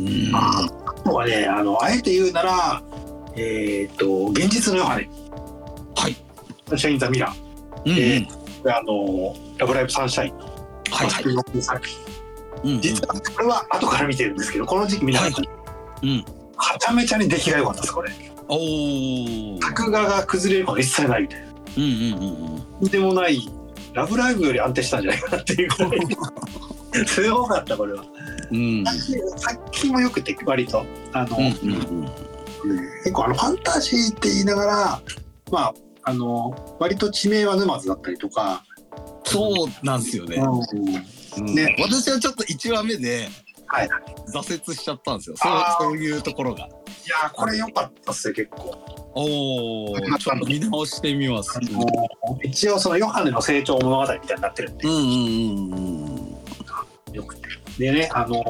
[SPEAKER 1] うん
[SPEAKER 2] あとはねあのあえて言うならえっ、と現実のヨハネ
[SPEAKER 1] はい
[SPEAKER 2] サンシャイン・ザ・ミラー
[SPEAKER 1] うんうん
[SPEAKER 2] えこれあのラブライブサンシャインの
[SPEAKER 1] はいはい
[SPEAKER 2] 作品の作品
[SPEAKER 1] うんうん
[SPEAKER 2] 実はこれは後から見てるんですけどこの時期見なかった、
[SPEAKER 1] いうん
[SPEAKER 2] はちゃめちゃに出来が良かったですこれ
[SPEAKER 1] おー
[SPEAKER 2] 作画が崩れるのが一切ないみたいな
[SPEAKER 1] うんうんうんうん
[SPEAKER 2] とんでもないラブライブより安定したんじゃないかなって いう ぐらいすごかったこれは
[SPEAKER 1] うん
[SPEAKER 2] 作品もよくて割とあの、
[SPEAKER 1] うんうんうん
[SPEAKER 2] 結構あのファンタジーって言いながら、まあ、あの割と地名は沼津だったりとか、
[SPEAKER 1] そうなんですよね,、うん
[SPEAKER 2] ね
[SPEAKER 1] 私はちょっと1話目で
[SPEAKER 2] はい
[SPEAKER 1] 挫折しちゃったんですよそう
[SPEAKER 2] あー
[SPEAKER 1] そういうところが
[SPEAKER 2] いやーこれ良かったっすよ結構、
[SPEAKER 1] おおちょっと見直してみます
[SPEAKER 2] あの一応そのヨハネの成長物語みたいになってるんで
[SPEAKER 1] うんうんうんうん
[SPEAKER 2] よくてでねあの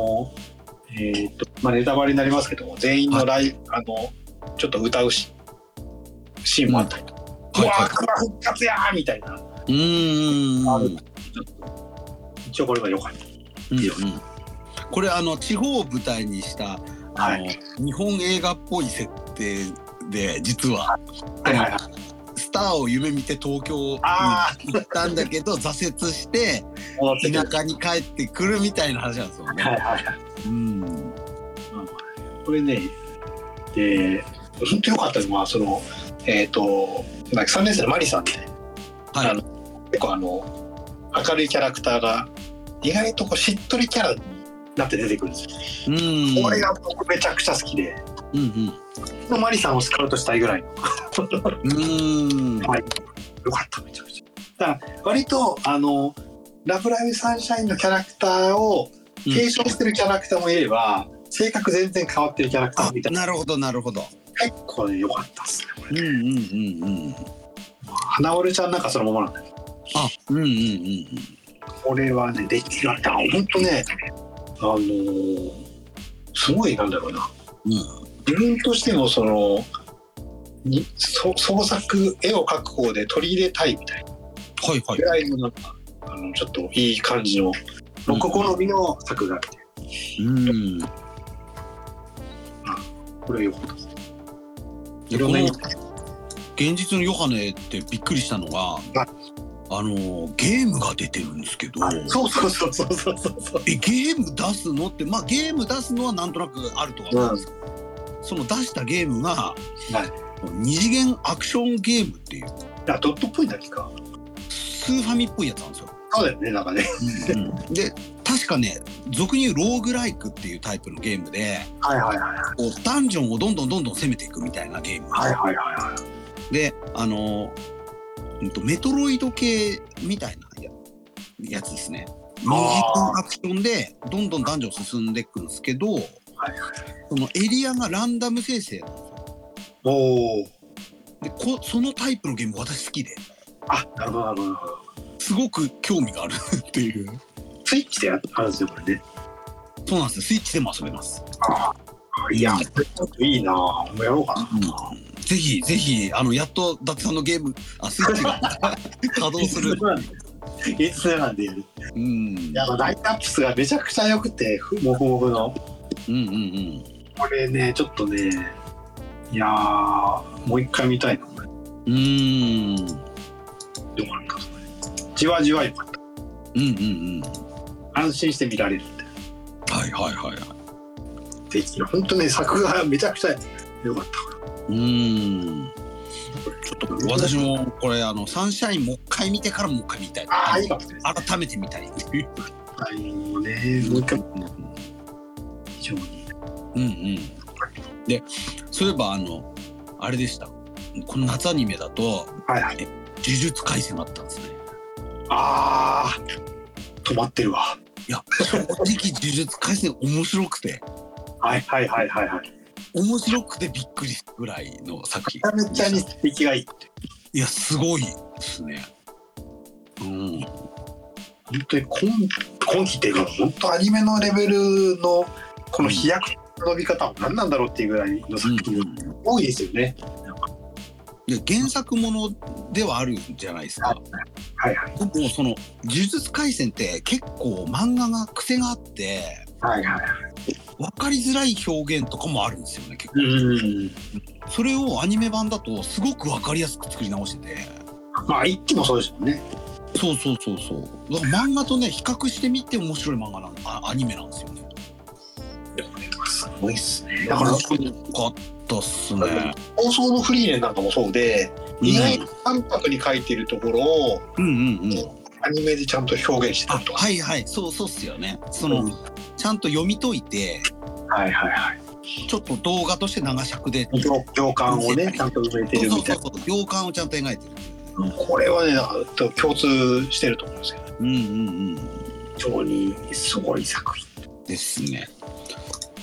[SPEAKER 2] えーっとまあネタバレになりますけども全員のライ、あのちょっと歌うしシーンもあったりとか、う
[SPEAKER 1] はい
[SPEAKER 2] わ
[SPEAKER 1] は
[SPEAKER 2] ー熊復活やーみたいな、
[SPEAKER 1] い。うーん。
[SPEAKER 2] あるちょっと一応これは良かった
[SPEAKER 1] うんうんこれあの地方を舞台にしたあの、
[SPEAKER 2] は
[SPEAKER 1] 日本映画っぽい設定で実は
[SPEAKER 2] はいはいはい
[SPEAKER 1] スターを夢見て東京に行
[SPEAKER 2] ああ
[SPEAKER 1] ったんだけど挫折 して
[SPEAKER 2] 戻ってきた
[SPEAKER 1] 田舎に帰ってくるみたいな話なんですよ
[SPEAKER 2] はい
[SPEAKER 1] ね。
[SPEAKER 2] はいはい
[SPEAKER 1] うん。
[SPEAKER 2] これね、で、本当良かったのは、その、えっ、と、なんか3年生のマリさんって、
[SPEAKER 1] は
[SPEAKER 2] あ
[SPEAKER 1] い
[SPEAKER 2] の。結構あの、明るいキャラクターが、意外とこうしっとりキャラになって出てくるんですよ。
[SPEAKER 1] うん。
[SPEAKER 2] これが僕めちゃくちゃ好きで、
[SPEAKER 1] うんうん
[SPEAKER 2] のマリさんをスカウトしたいぐらいの
[SPEAKER 1] うーん
[SPEAKER 2] よかっためちゃくちゃだから割とあの「ラブライブサンシャイン」のキャラクターを継承してるキャラクターもいれば、性格全然変わってるキャラクター
[SPEAKER 1] あ
[SPEAKER 2] もいたり
[SPEAKER 1] なるほどなるほど
[SPEAKER 2] 結構ね良かったっすねこれ
[SPEAKER 1] うんうんうんうん
[SPEAKER 2] 花丸ちゃんなんかそのままなんだけど
[SPEAKER 1] あうんうんうんうん
[SPEAKER 2] これはねできるだからほんとねあのーすごいなんだろうな
[SPEAKER 1] うん
[SPEAKER 2] 自分としてもそのにそ創作絵を描く方で取り入れたいみたいな
[SPEAKER 1] はいはい
[SPEAKER 2] ぐらいのなんかあのちょっといい感じの僕好みの作画って、
[SPEAKER 1] うん
[SPEAKER 2] これは良かったです
[SPEAKER 1] いやこの現実のヨハネってびっくりしたのが、あのゲームが出てるんですけど
[SPEAKER 2] あそうそうそうそうそうそうそう
[SPEAKER 1] えゲーム出すのってまあゲーム出すのはなんとなくあるとは思うんですけど、その出したゲームが、二次元アクションゲームっていう
[SPEAKER 2] あドットっぽいだけか
[SPEAKER 1] スーファミっぽいやつなんですよ。
[SPEAKER 2] そうだよねなんかね
[SPEAKER 1] で確かね俗に言うローグライクっていうタイプのゲームで
[SPEAKER 2] はいはいはい
[SPEAKER 1] こうダンジョンをどんどんどんどん攻めていくみたいなゲーム、
[SPEAKER 2] はいはいはいは
[SPEAKER 1] であの、うんと、メトロイド系みたいなややつですね。二次
[SPEAKER 2] あ
[SPEAKER 1] アクションでどんどんダンジョン進んでいくんですけど、
[SPEAKER 2] はい
[SPEAKER 1] そのエリアがランダム生成なんですよ
[SPEAKER 2] おお
[SPEAKER 1] でこそのタイプのゲーム私好きで
[SPEAKER 2] あなるほどなるほどなるほど
[SPEAKER 1] すごく興味があ るっていう
[SPEAKER 2] スイッチでやあるんですねこれね
[SPEAKER 1] そうなんですよスイッチでも遊べます、
[SPEAKER 2] いやこれちょっといいなぁもうやろうかな
[SPEAKER 1] うん、ぜひぜひあのやっと伊達さんのゲームあスイッチ が 稼働する
[SPEAKER 2] いつなんでやる
[SPEAKER 1] うん
[SPEAKER 2] やっぱライトアップスがめちゃくちゃ良くてふもふもふの
[SPEAKER 1] うんうんうん
[SPEAKER 2] これねちょっとねいやーもう一回見たいなこれ
[SPEAKER 1] うーん
[SPEAKER 2] よかったですねじわじわよかった
[SPEAKER 1] うんうんうん
[SPEAKER 2] 安心して見られるって
[SPEAKER 1] はいはいはいはい
[SPEAKER 2] できる本当ね作画がめちゃくちゃよかっ
[SPEAKER 1] うーんちょっと私もこれあのサンシャインもう一回見てからもう一回見たい
[SPEAKER 2] たああいいかもしれない
[SPEAKER 1] 改めて見たいっていう
[SPEAKER 2] あもうねもう一回非常に
[SPEAKER 1] うんうんでそういえばあのあれでしたこの夏アニメだと
[SPEAKER 2] はいはい
[SPEAKER 1] 「呪術廻戦」だったんですね
[SPEAKER 2] ああ止まってるわ
[SPEAKER 1] いや正直呪術廻戦面白くて
[SPEAKER 2] はいはいはいはいはい
[SPEAKER 1] 面白くてびっくりするぐらいの作品
[SPEAKER 2] めちゃめちゃに敵がいいって
[SPEAKER 1] いやすごいですねうん
[SPEAKER 2] 本当に今今期っていうか本当アニメのレベルのこの飛躍の伸び方は何なんだろうっていうぐらいの作品多いですよね、
[SPEAKER 1] で原作ものではあるじゃないですか
[SPEAKER 2] はいはい
[SPEAKER 1] でもその「呪術廻戦」って結構漫画が癖があって
[SPEAKER 2] はいはい
[SPEAKER 1] 分かりづらい表現とかもあるんですよね結構
[SPEAKER 2] うん
[SPEAKER 1] それをアニメ版だとすごく分かりやすく作り直して
[SPEAKER 2] まあ一期もそうですよね
[SPEAKER 1] てそうそうそうそうだから漫画とね比較してみて面白い漫画なんあアニメなんですよね
[SPEAKER 2] すごいっすね
[SPEAKER 1] だ
[SPEAKER 2] だ
[SPEAKER 1] か
[SPEAKER 2] からら
[SPEAKER 1] よかったっすね
[SPEAKER 2] 放送のフリーレンなんかもそうで、意外に淡白に書いてるところを
[SPEAKER 1] うんうんうんうん
[SPEAKER 2] アニメでちゃんと表現して
[SPEAKER 1] あ
[SPEAKER 2] るとか。
[SPEAKER 1] はいはいそうそうっすよねその、
[SPEAKER 2] うん
[SPEAKER 1] ちゃんと読み解いて
[SPEAKER 2] はいはいはい。
[SPEAKER 1] ちょっと動画として長尺で
[SPEAKER 2] 行行間をね、ちゃんと埋めてる
[SPEAKER 1] そう
[SPEAKER 2] み
[SPEAKER 1] そ
[SPEAKER 2] た
[SPEAKER 1] う
[SPEAKER 2] い
[SPEAKER 1] そう行間をちゃんと描いてる
[SPEAKER 2] な。これはね、だから共通してると思うんですよ。
[SPEAKER 1] うんうんうん
[SPEAKER 2] 非常にすごい作品。
[SPEAKER 1] ですね。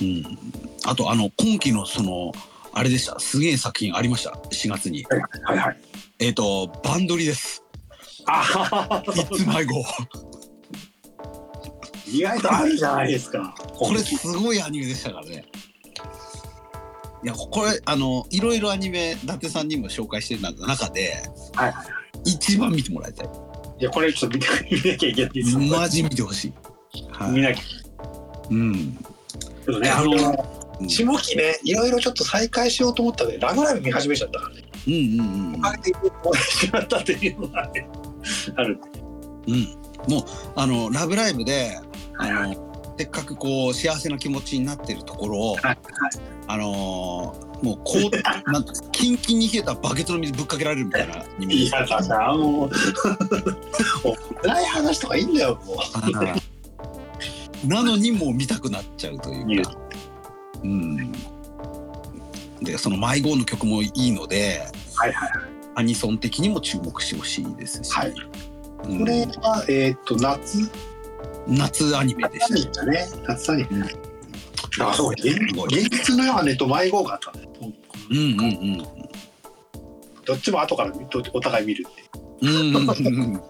[SPEAKER 1] うん。あと、あの、今期のその、あれでした。すげえ作品ありました。4月に。
[SPEAKER 2] はいはい。
[SPEAKER 1] えっ、と、バンドリです。
[SPEAKER 2] あ
[SPEAKER 1] いつ迷 子。
[SPEAKER 2] 意外とあるじゃないですか。
[SPEAKER 1] これすごいアニメでしたからね。いや、これ、あの、いろいろアニメ、伊達さんにも紹介してる中で、
[SPEAKER 2] はい
[SPEAKER 1] 一番見てもらいたい。
[SPEAKER 2] いや、これちょっと見て見なきゃいけないです。
[SPEAKER 1] マジ見てほしい。は
[SPEAKER 2] 見
[SPEAKER 1] い。
[SPEAKER 2] なきゃ。
[SPEAKER 1] うん。
[SPEAKER 2] ちょっとね、あの、下期ね、いろいろちょっと再開しようと思ったらね、ラグライブ見始めちゃったからね。
[SPEAKER 1] うんうんうん。
[SPEAKER 2] おかげで終わってしまったっていうのがね、ある。
[SPEAKER 1] うん、もうあの「ラブライブで」あ
[SPEAKER 2] はいは
[SPEAKER 1] のせっかくこう幸せな気持ちになってるところを、
[SPEAKER 2] はい
[SPEAKER 1] あのーもうこうなんかキンキンに冷えたバケツの水ぶっかけられるみたいなイメー
[SPEAKER 2] い
[SPEAKER 1] ジ
[SPEAKER 2] やだなもう暗い話とかいいんだよもう
[SPEAKER 1] なのにもう見たくなっちゃうというか、うん、でその「迷子」の曲もいいので、
[SPEAKER 2] はいはい
[SPEAKER 1] アニソン的にも注目してほしいですし、
[SPEAKER 2] はい
[SPEAKER 1] うん
[SPEAKER 2] これは、えーっと、夏
[SPEAKER 1] 夏アニメで
[SPEAKER 2] 夏
[SPEAKER 1] し
[SPEAKER 2] アニメだね。夏アニメ。あ、そう、現
[SPEAKER 1] すごい
[SPEAKER 2] 現実のヨハネと迷子があったね。
[SPEAKER 1] た。うんうんうん
[SPEAKER 2] どっちも後からどお互い見るっていう
[SPEAKER 1] うんうんうんうん
[SPEAKER 2] 現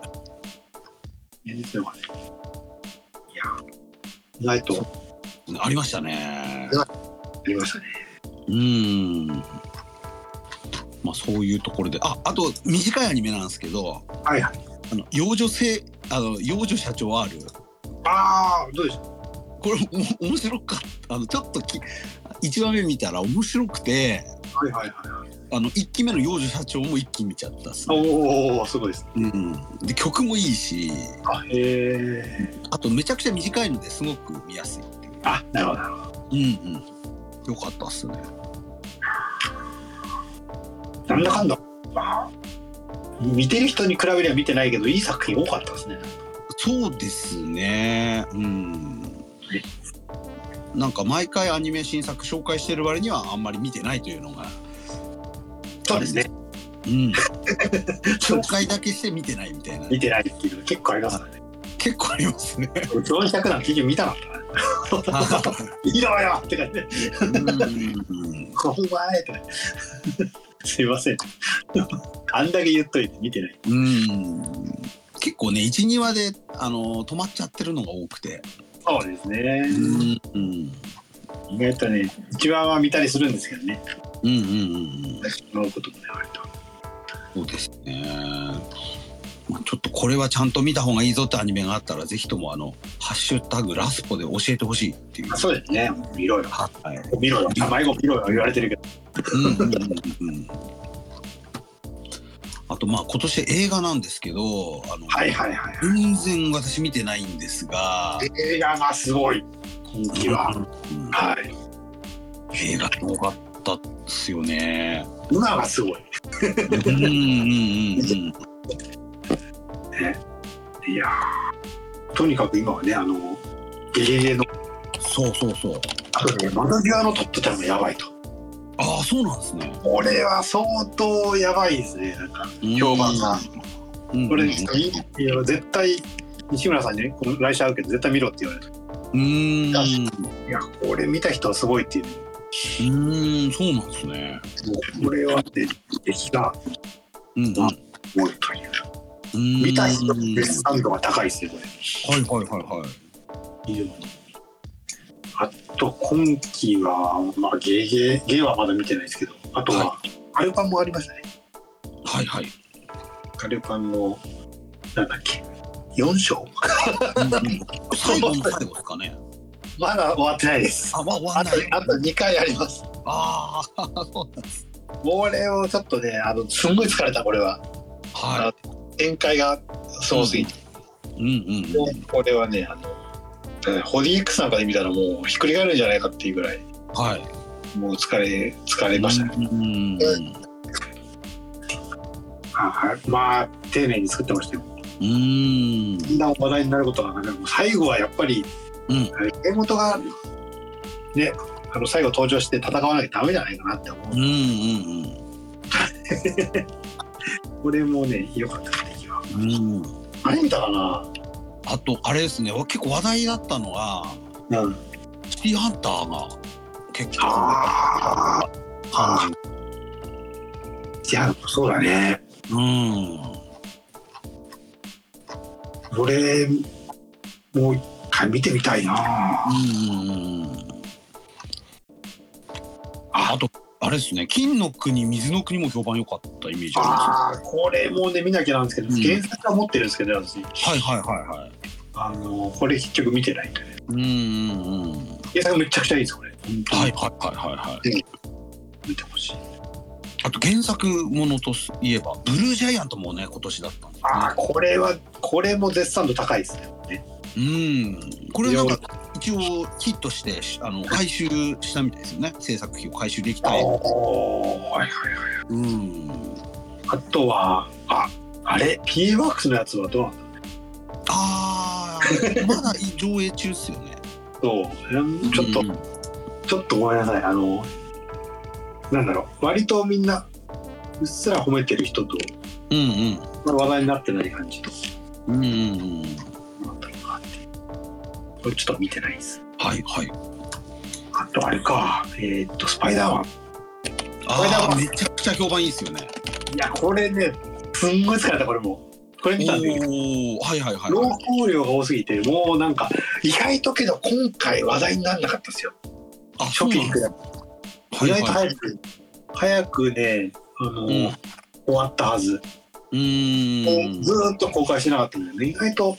[SPEAKER 2] 実のヨハネ。いや、意外と
[SPEAKER 1] ありましたね。
[SPEAKER 2] ありましたね。
[SPEAKER 1] うん。まあそういうところで、あ、あと短いアニメなんですけど、
[SPEAKER 2] はいはい。
[SPEAKER 1] あの幼女性あの幼女社長 R。
[SPEAKER 2] ああ、どうでした
[SPEAKER 1] これお面白かった。あのちょっとき一話目見たら面白くて、
[SPEAKER 2] はいはいはい。
[SPEAKER 1] あの一期目の幼女社長も一気に見ちゃったっすね、
[SPEAKER 2] おお、すごいです。
[SPEAKER 1] うん。で曲もいいし、
[SPEAKER 2] あ、へえ。
[SPEAKER 1] あとめちゃくちゃ短いのですごく見やすいっていう。
[SPEAKER 2] あ、なるほど。
[SPEAKER 1] うんうん。よかったっすね。
[SPEAKER 2] なんだかんだ。まあ見てる人に比べりゃ見てないけど、いい作品多かったですね。
[SPEAKER 1] そうですね。うん。なんか毎回アニメ新作紹介してる割にはあんまり見てないというのが、そうですね。 うん、紹介だけして見てないみたいな
[SPEAKER 2] 見てないっていうの結構ありますから ね。
[SPEAKER 1] 結構ありますね。
[SPEAKER 2] 400なんて結局見たかったな。いいのよって感じで。
[SPEAKER 1] うん
[SPEAKER 2] こんばんはって感じ。 すいません。 あんだけ言っといて見てない。
[SPEAKER 1] うん、結構ね12話であの止まっちゃってるのが多くて、
[SPEAKER 2] そうですね
[SPEAKER 1] う。んうん
[SPEAKER 2] 意外とね、一番は見たりするんですけどね。
[SPEAKER 1] うんうんうん、
[SPEAKER 2] 思うこともね、割と。
[SPEAKER 1] そうですね、まあ、ちょっとこれはちゃんと見た方がいいぞってアニメがあったらぜひともあの「ハッシュタグラスポ」で教えてほしいっていう。
[SPEAKER 2] あそうですね。見ろよ。
[SPEAKER 1] はい
[SPEAKER 2] 見ろよ。迷子見ろよ。言われてるけど。
[SPEAKER 1] うんうんうんうんあとまあ今年映画なんですけどあの、
[SPEAKER 2] はいはいはい。
[SPEAKER 1] 全然私見てないんですが、
[SPEAKER 2] 映画がすごい。今季は。
[SPEAKER 1] うん
[SPEAKER 2] はい。
[SPEAKER 1] 映画良かったっすよね。
[SPEAKER 2] 今がすごい。
[SPEAKER 1] うんうんうん
[SPEAKER 2] いやーとにかく今はね、あの、ゲゲゲの、
[SPEAKER 1] うん、そうそうそう。
[SPEAKER 2] あとね、窓際のトップちゃんがやばいと。
[SPEAKER 1] ああそうなんですね。
[SPEAKER 2] これは相当やばいですね、なんか、評判が。
[SPEAKER 1] うん。
[SPEAKER 2] これ、
[SPEAKER 1] うん
[SPEAKER 2] いや絶対、西村さんにね、この来週会うけど、絶対見ろって言われた。
[SPEAKER 1] うん。
[SPEAKER 2] いや、これ見た人はすごいっていう。
[SPEAKER 1] うんそうなんですね。
[SPEAKER 2] これはね、敵が
[SPEAKER 1] うんうん
[SPEAKER 2] 多いという。
[SPEAKER 1] うん。
[SPEAKER 2] 見た人の絶賛度が高いですね、こ
[SPEAKER 1] はいはいはいはい。
[SPEAKER 2] れ。非常にあと、今期は、まあ、ゲゲゲはまだ見てないですけど、あとは、アルバムもありましたね。
[SPEAKER 1] はいはい。
[SPEAKER 2] カルパンの、なんだっけ、4章
[SPEAKER 1] うんうん最後の最後ですかね。
[SPEAKER 2] まだ終わってないです。
[SPEAKER 1] あ、わ、わ
[SPEAKER 2] あ
[SPEAKER 1] な
[SPEAKER 2] と
[SPEAKER 1] い。
[SPEAKER 2] あと2回あります。
[SPEAKER 1] ああ、そうなんです。
[SPEAKER 2] これをちょっとね、あのすんごい疲れた、これは。
[SPEAKER 1] は
[SPEAKER 2] 展開がすごすぎて、
[SPEAKER 1] い。うんうんうん。
[SPEAKER 2] これはね、あの、えーホディ X なんかで見たらもうひっくり返るんじゃないかっていうぐらい、
[SPEAKER 1] はい。
[SPEAKER 2] もう疲れ、疲れましたね。
[SPEAKER 1] うんうん
[SPEAKER 2] はいまあ、丁寧に作ってましたよ。
[SPEAKER 1] うん。
[SPEAKER 2] こんな話題になることはなく、最後はやっぱり、
[SPEAKER 1] うん
[SPEAKER 2] 江本が、ね、あの最後登場して戦わなきゃダメじゃないかなって思う
[SPEAKER 1] うんうんうん
[SPEAKER 2] これもね、良かったですね、今。
[SPEAKER 1] うん。うん。
[SPEAKER 2] 何見たか
[SPEAKER 1] あとあれですね。結構話題だったのが
[SPEAKER 2] な。うん。
[SPEAKER 1] シティハンターが結構
[SPEAKER 2] ああ。
[SPEAKER 1] 感
[SPEAKER 2] いや、そうだね。
[SPEAKER 1] じ。うん。
[SPEAKER 2] 俺、もう一回見てみたいな。
[SPEAKER 1] うんああとあれですね金の国水の国も評判良かったイメージあ
[SPEAKER 2] ああ、これもね、見なきゃなんですけど、
[SPEAKER 1] うん
[SPEAKER 2] 原作は持ってるんですけど、私。
[SPEAKER 1] りますはいはいはいはい
[SPEAKER 2] あの、これ結局見てないんでね。
[SPEAKER 1] うんうんうん
[SPEAKER 2] 原作めちゃくちゃいいです、これ。本当に
[SPEAKER 1] はいはいはいはいはい
[SPEAKER 2] 見てほしい。
[SPEAKER 1] あと原作ものといえばブルージャイアントもね今年だったんです
[SPEAKER 2] ああ、これは、これも絶賛度高いですね。
[SPEAKER 1] うんこれなんか一応ヒットしてあの回収したみたいですよね制作費を回収できたり
[SPEAKER 2] おーはいはい。
[SPEAKER 1] うん
[SPEAKER 2] あとは、あ、あれ ?P ワークスのやつはどうなんだ
[SPEAKER 1] あーまだ上映中っすよね
[SPEAKER 2] そう、えーちょっと、
[SPEAKER 1] うん
[SPEAKER 2] ちょっとごめんなさい、あの、なんだろう割とみんなうっすら褒めてる人と
[SPEAKER 1] うん
[SPEAKER 2] まあ話題になってない感じと
[SPEAKER 1] うんうんうんうん
[SPEAKER 2] なんだろうなってこれちょっと見てないです
[SPEAKER 1] はいはい
[SPEAKER 2] あとあれかえーっとスパイダーマン
[SPEAKER 1] ああめちゃくちゃ評判いいですよね
[SPEAKER 2] いやこれねすんごい疲れたこれもこれ見たんだけど
[SPEAKER 1] おおはいはいはい
[SPEAKER 2] 情報量が多すぎてもうなんか意外とけど今回話題にならなかったですよ
[SPEAKER 1] あ
[SPEAKER 2] 初期に比べて
[SPEAKER 1] は
[SPEAKER 2] 意
[SPEAKER 1] い
[SPEAKER 2] 外と
[SPEAKER 1] はい
[SPEAKER 2] 早く、早くねあの、
[SPEAKER 1] うん
[SPEAKER 2] 終わったはず、
[SPEAKER 1] うーん
[SPEAKER 2] ずーっと公開してなかったんだよね意外と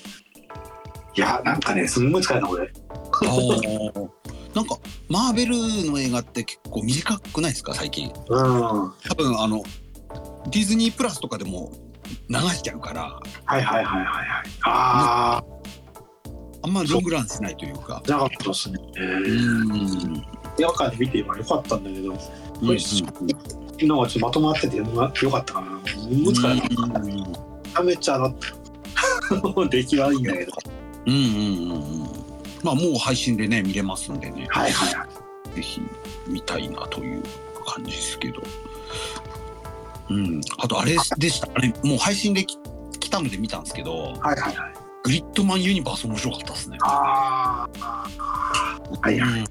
[SPEAKER 2] いやなんかねすんごい疲れたこれ
[SPEAKER 1] あーなんかマーベルの映画って結構短くないですか最近
[SPEAKER 2] うんは
[SPEAKER 1] 多分あのディズニープラスとかでも流しちゃうから
[SPEAKER 2] いはいはいはいはいあ
[SPEAKER 1] あんまりロングランしないというか
[SPEAKER 2] あなかったですね
[SPEAKER 1] うーん
[SPEAKER 2] 映画館で見てればよかったんだけ
[SPEAKER 1] う
[SPEAKER 2] ど
[SPEAKER 1] んうん
[SPEAKER 2] のがちょっとまとまっててよかったかなすんごい疲れた
[SPEAKER 1] うんうん
[SPEAKER 2] ダメちゃな 出来はいいんだけど
[SPEAKER 1] うんうんうんうんまあもう配信でね見れますんでね
[SPEAKER 2] はいはいはい
[SPEAKER 1] ぜひ見たいなという感じですけどうんあとあれでしたあれもう配信でき来たので見たんですけど
[SPEAKER 2] はいはいはい
[SPEAKER 1] グリッドマンユニバース面白かったですね
[SPEAKER 2] ああはいはい
[SPEAKER 1] うん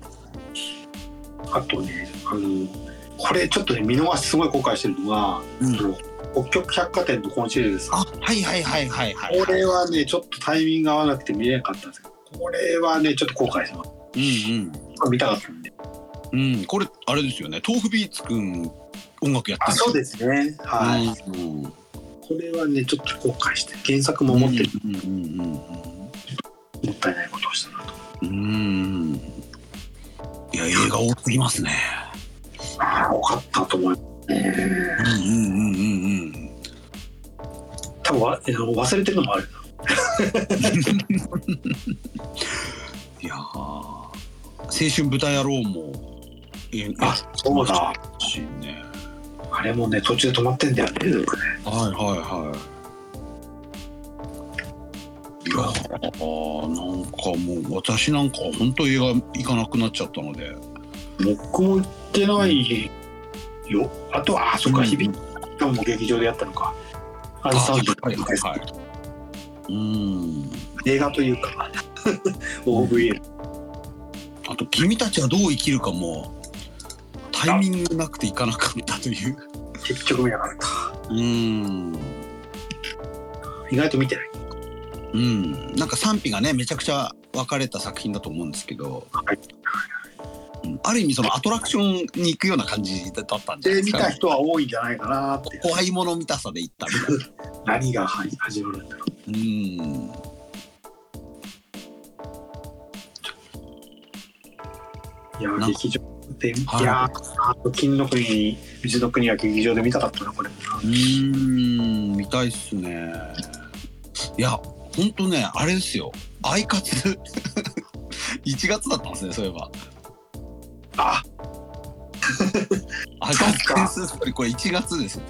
[SPEAKER 2] あとね、あの、これちょっとね、見逃しすごい後悔してるのが、
[SPEAKER 1] うん
[SPEAKER 2] 北極百貨店の今シリーズです。
[SPEAKER 1] あはいはいはいはいはい
[SPEAKER 2] これはね、ちょっとタイミング合わなくて見れなかったんですけど、これはね、ちょっと後悔してます。
[SPEAKER 1] うん
[SPEAKER 2] 見たかったんで。
[SPEAKER 1] うんうんこれあれですよね豆腐ビーツくん音楽やってるす
[SPEAKER 2] すね。はい。
[SPEAKER 1] はいうん
[SPEAKER 2] これはね、ちょっと後悔して、原作も持ってる、
[SPEAKER 1] うんうんうんうん
[SPEAKER 2] もったいないことをしたなと。
[SPEAKER 1] うーん。いや、映画多すぎますね。
[SPEAKER 2] ああ、よかったと思いますね。
[SPEAKER 1] うんうんうんうん
[SPEAKER 2] 多分わあの忘れてるのもある。
[SPEAKER 1] いやー、青春豚野郎も。え
[SPEAKER 2] あ、そうだ。
[SPEAKER 1] しね。
[SPEAKER 2] あれもね、途中で止まってんだよね。
[SPEAKER 1] はいはいはい。いやー、なんかもう、私なんか本当映画行かなくなっちゃったので。
[SPEAKER 2] 僕も行ってないよ。あとは、あ、そっか、日々。今日も劇場でやったのか。アンサウンド
[SPEAKER 1] はいはいはい。うん。
[SPEAKER 2] 映画というか、OVA。
[SPEAKER 1] あと、君たちはどう生きるかも。タイミングなくて行かなかったという。
[SPEAKER 2] 結局見なかった。
[SPEAKER 1] うん。
[SPEAKER 2] 意外と見てない。
[SPEAKER 1] うん、なんか賛否がねめちゃくちゃ分かれた作品だと思うんですけど、
[SPEAKER 2] はい
[SPEAKER 1] うんある意味そのアトラクションに行くような感じだったんじゃない
[SPEAKER 2] で、
[SPEAKER 1] です
[SPEAKER 2] 見
[SPEAKER 1] か、
[SPEAKER 2] た人は多いんじゃないかなって。
[SPEAKER 1] 怖いもの見たさで行ったみたいな
[SPEAKER 2] 何が始始まるんだろう。
[SPEAKER 1] うん
[SPEAKER 2] いや
[SPEAKER 1] んか
[SPEAKER 2] ー、劇場で、い
[SPEAKER 1] はい
[SPEAKER 2] やー、あと金の国に、うちの国は劇場で見たかったな、これもな。
[SPEAKER 1] うーん見たいっすねいやほんとねあれですよアイカツ 1月だったんですねそういえば
[SPEAKER 2] あ、
[SPEAKER 1] アイカツ点数ストーリーこれ1月ですよ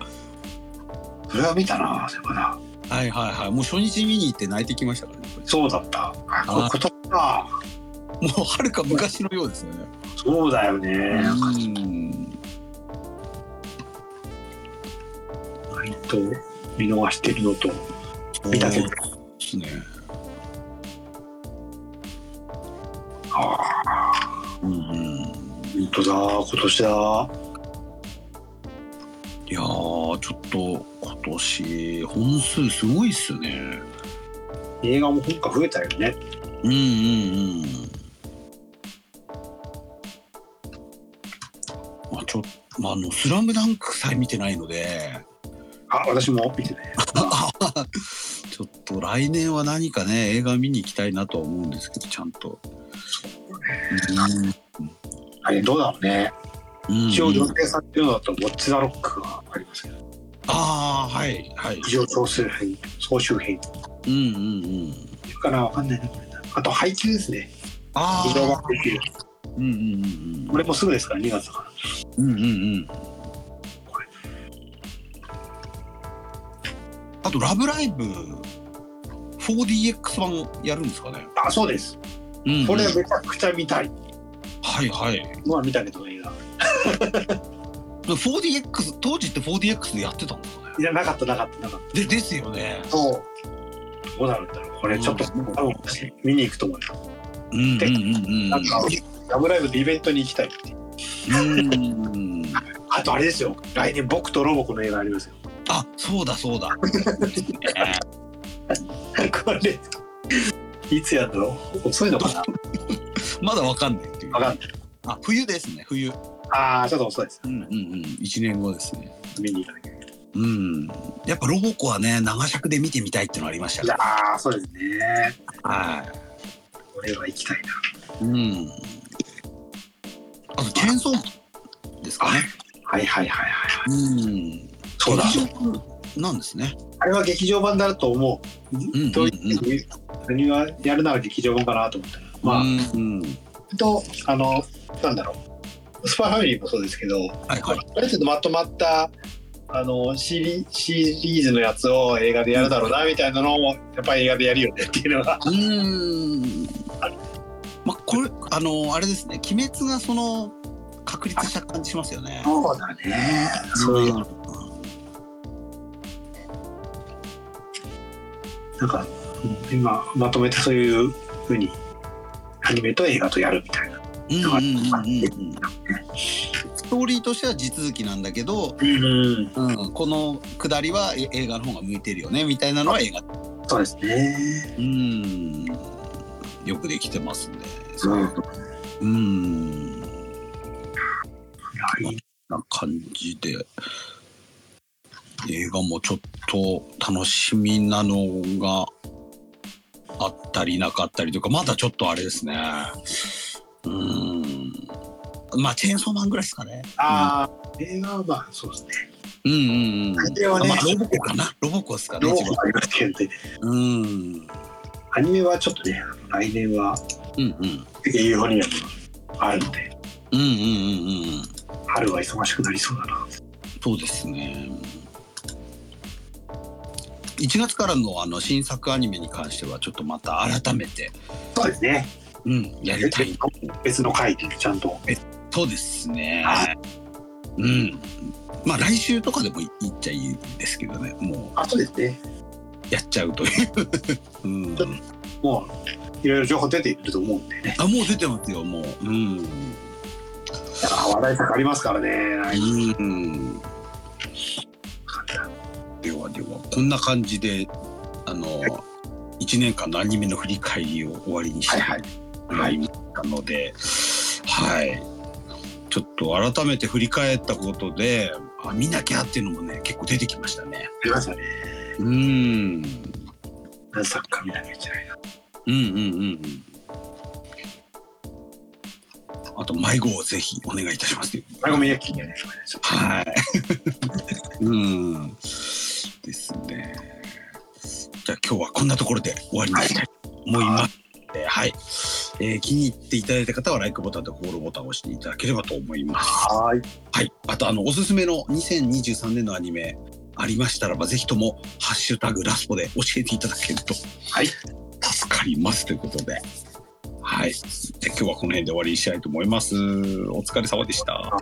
[SPEAKER 2] それは見たな、そういえばな。
[SPEAKER 1] はいはいはいもう初日見に行って泣いてきましたからねこ
[SPEAKER 2] そうだった。あ、これ
[SPEAKER 1] あ
[SPEAKER 2] 今年か。
[SPEAKER 1] れもうはるか昔のようですよね
[SPEAKER 2] そうだよね。
[SPEAKER 1] うん
[SPEAKER 2] 割と見逃してるのと、見たけど。
[SPEAKER 1] ですね。
[SPEAKER 2] ああ。
[SPEAKER 1] うんうん。
[SPEAKER 2] 本当だ今年だ
[SPEAKER 1] いやーちょっと今年本数すごいっすね。
[SPEAKER 2] 映画も本家増えたよね
[SPEAKER 1] うんうんうん。まあちょまああのスラムダンクさえ見てないので、
[SPEAKER 2] あ私も見てね
[SPEAKER 1] ちょっと来年は何かね映画見に行きたいなとは思うんですけどちゃんと。
[SPEAKER 2] あれどうだろうね
[SPEAKER 1] うんうん
[SPEAKER 2] 一応予定されてるのだとウォッチ・ザ・ロックがありますけど
[SPEAKER 1] ああはいはい。
[SPEAKER 2] 非常総集編総集編
[SPEAKER 1] うんうんうん。
[SPEAKER 2] いるかなわかんないねこれなあと配給ですね
[SPEAKER 1] あ
[SPEAKER 2] 非常版
[SPEAKER 1] あ。
[SPEAKER 2] 配給
[SPEAKER 1] うんうんうんうん。
[SPEAKER 2] これもすぐですから2月だから
[SPEAKER 1] うんうんうん。あと、ラブライブ 4DX 版やるんですかね。
[SPEAKER 2] あそうです
[SPEAKER 1] うん
[SPEAKER 2] これ
[SPEAKER 1] は
[SPEAKER 2] めちゃくちゃ見たい
[SPEAKER 1] いはい。
[SPEAKER 2] まあ見たけど映画
[SPEAKER 1] 4DX 当時って 4DX でやってたんだね
[SPEAKER 2] いやなかったなかったなかった
[SPEAKER 1] でですよね
[SPEAKER 2] そうどうなるんだろうこれちょっと、
[SPEAKER 1] うん
[SPEAKER 2] 多分私見に行くと思うよ
[SPEAKER 1] うんうんうん
[SPEAKER 2] なんか「ラブライブ!」でイベントに行きたいっていう
[SPEAKER 1] うん
[SPEAKER 2] あとあれですよ来年僕とロボコの映画ありますよ
[SPEAKER 1] あそうだそうだ
[SPEAKER 2] これ いつやるの遅いのかな
[SPEAKER 1] まだわかんないっていう
[SPEAKER 2] 分かんない
[SPEAKER 1] あ冬ですね冬
[SPEAKER 2] ああちょっと遅いです
[SPEAKER 1] うんうんうん1年後ですね
[SPEAKER 2] 見に行かなきゃいけ
[SPEAKER 1] うんやっぱロボコはね長尺で見てみたいっていうのありましたね
[SPEAKER 2] ないああそうです ね
[SPEAKER 1] は
[SPEAKER 2] これは行きたいない
[SPEAKER 1] うんあとチェーンソーマンですかね
[SPEAKER 2] はいはいはいはい
[SPEAKER 1] うん
[SPEAKER 2] そうだ
[SPEAKER 1] 劇場なんですね
[SPEAKER 2] あれは劇場版だと思
[SPEAKER 1] うんうん
[SPEAKER 2] う。どういう何はやるなら劇場版かなと思ったら、まあ、
[SPEAKER 1] うんうん
[SPEAKER 2] とあのなんだろうスパファミリーもそうですけど、
[SPEAKER 1] はいはい
[SPEAKER 2] ある程度まとまったあのシリシリーズのやつを映画でやるだろうなみたいなのをやっぱり映画でやるよねっていうのは
[SPEAKER 1] うーん。まあ、これ、あの、あれですね、鬼滅がその。確立した感じしますよね。
[SPEAKER 2] そうだねそういうなんかうん今まとめてそういうふうにアニメと映画とやるみたいな、
[SPEAKER 1] うんうんうんうんうん。ストーリーとしては地続きなんだけど、うん、この下りはえ映画の方が向いてるよねみたいなのは映画。
[SPEAKER 2] そうですね
[SPEAKER 1] うん。よくできてますね。う
[SPEAKER 2] うん
[SPEAKER 1] ん。
[SPEAKER 2] いやいい
[SPEAKER 1] な感じで映画もちょっと楽しみなのがあったりなかったりとかまだちょっとあれですねうーんまあチェーンソーマンぐらいですかね
[SPEAKER 2] ああ、映画はまあそうですね
[SPEAKER 1] うんうんうん、
[SPEAKER 2] 映画はね
[SPEAKER 1] まあ、ロボコかなロボコですかね
[SPEAKER 2] 両
[SPEAKER 1] 一
[SPEAKER 2] 方
[SPEAKER 1] 番
[SPEAKER 2] ありますけどね
[SPEAKER 1] うんうん
[SPEAKER 2] アニメはちょっとね来年は
[SPEAKER 1] うん
[SPEAKER 2] ユーフォニアムがあるので
[SPEAKER 1] うんうんうんうん
[SPEAKER 2] 春は忙しくなりそうだな
[SPEAKER 1] そうですね1月からのあの新作アニメに関してはちょっとまた改めて、
[SPEAKER 2] そうですね
[SPEAKER 1] うん、やりたい
[SPEAKER 2] 別の回でちゃんと
[SPEAKER 1] そうですね
[SPEAKER 2] は。
[SPEAKER 1] うん。まあ来週とかでもいいっちゃいいですけどね、も
[SPEAKER 2] あそうですね
[SPEAKER 1] うやっちゃうという。うん、
[SPEAKER 2] もういろいろ情報出ていると思うんでね
[SPEAKER 1] あもう出てますよ、もう。うん。
[SPEAKER 2] 話題作ありますからね
[SPEAKER 1] うん、ではでは、こんな感じで、あの、1年間のアニメの振り返りを終わりにしたい
[SPEAKER 2] はい
[SPEAKER 1] と思いましたので、はい。ちょっと改めて振り返ったことで、あ見なきゃっていうのもね、結構出てきましたね。
[SPEAKER 2] ありましたね
[SPEAKER 1] うん。
[SPEAKER 2] 何作か見なきゃいけないな
[SPEAKER 1] うんうんうんうん。あと迷子をぜひお願いいたします。
[SPEAKER 2] あごめんやきねは
[SPEAKER 1] はい。うん。ですね。じゃあ今日はこんなところで終わりにしたいと思います。えーはい、えー気に入っていただいた方は、LIKE ボタンとフォローボタンを押していただければと思います。
[SPEAKER 2] はい
[SPEAKER 1] はい。あと、あの、おすすめの2023年のアニメありましたらば、ぜひとも、ハッシュタグラスポで教えていただけると
[SPEAKER 2] はい
[SPEAKER 1] 助かりますということで。はい。じゃあ今日はこの辺で終わりにしたいと思います。お疲れ様でした。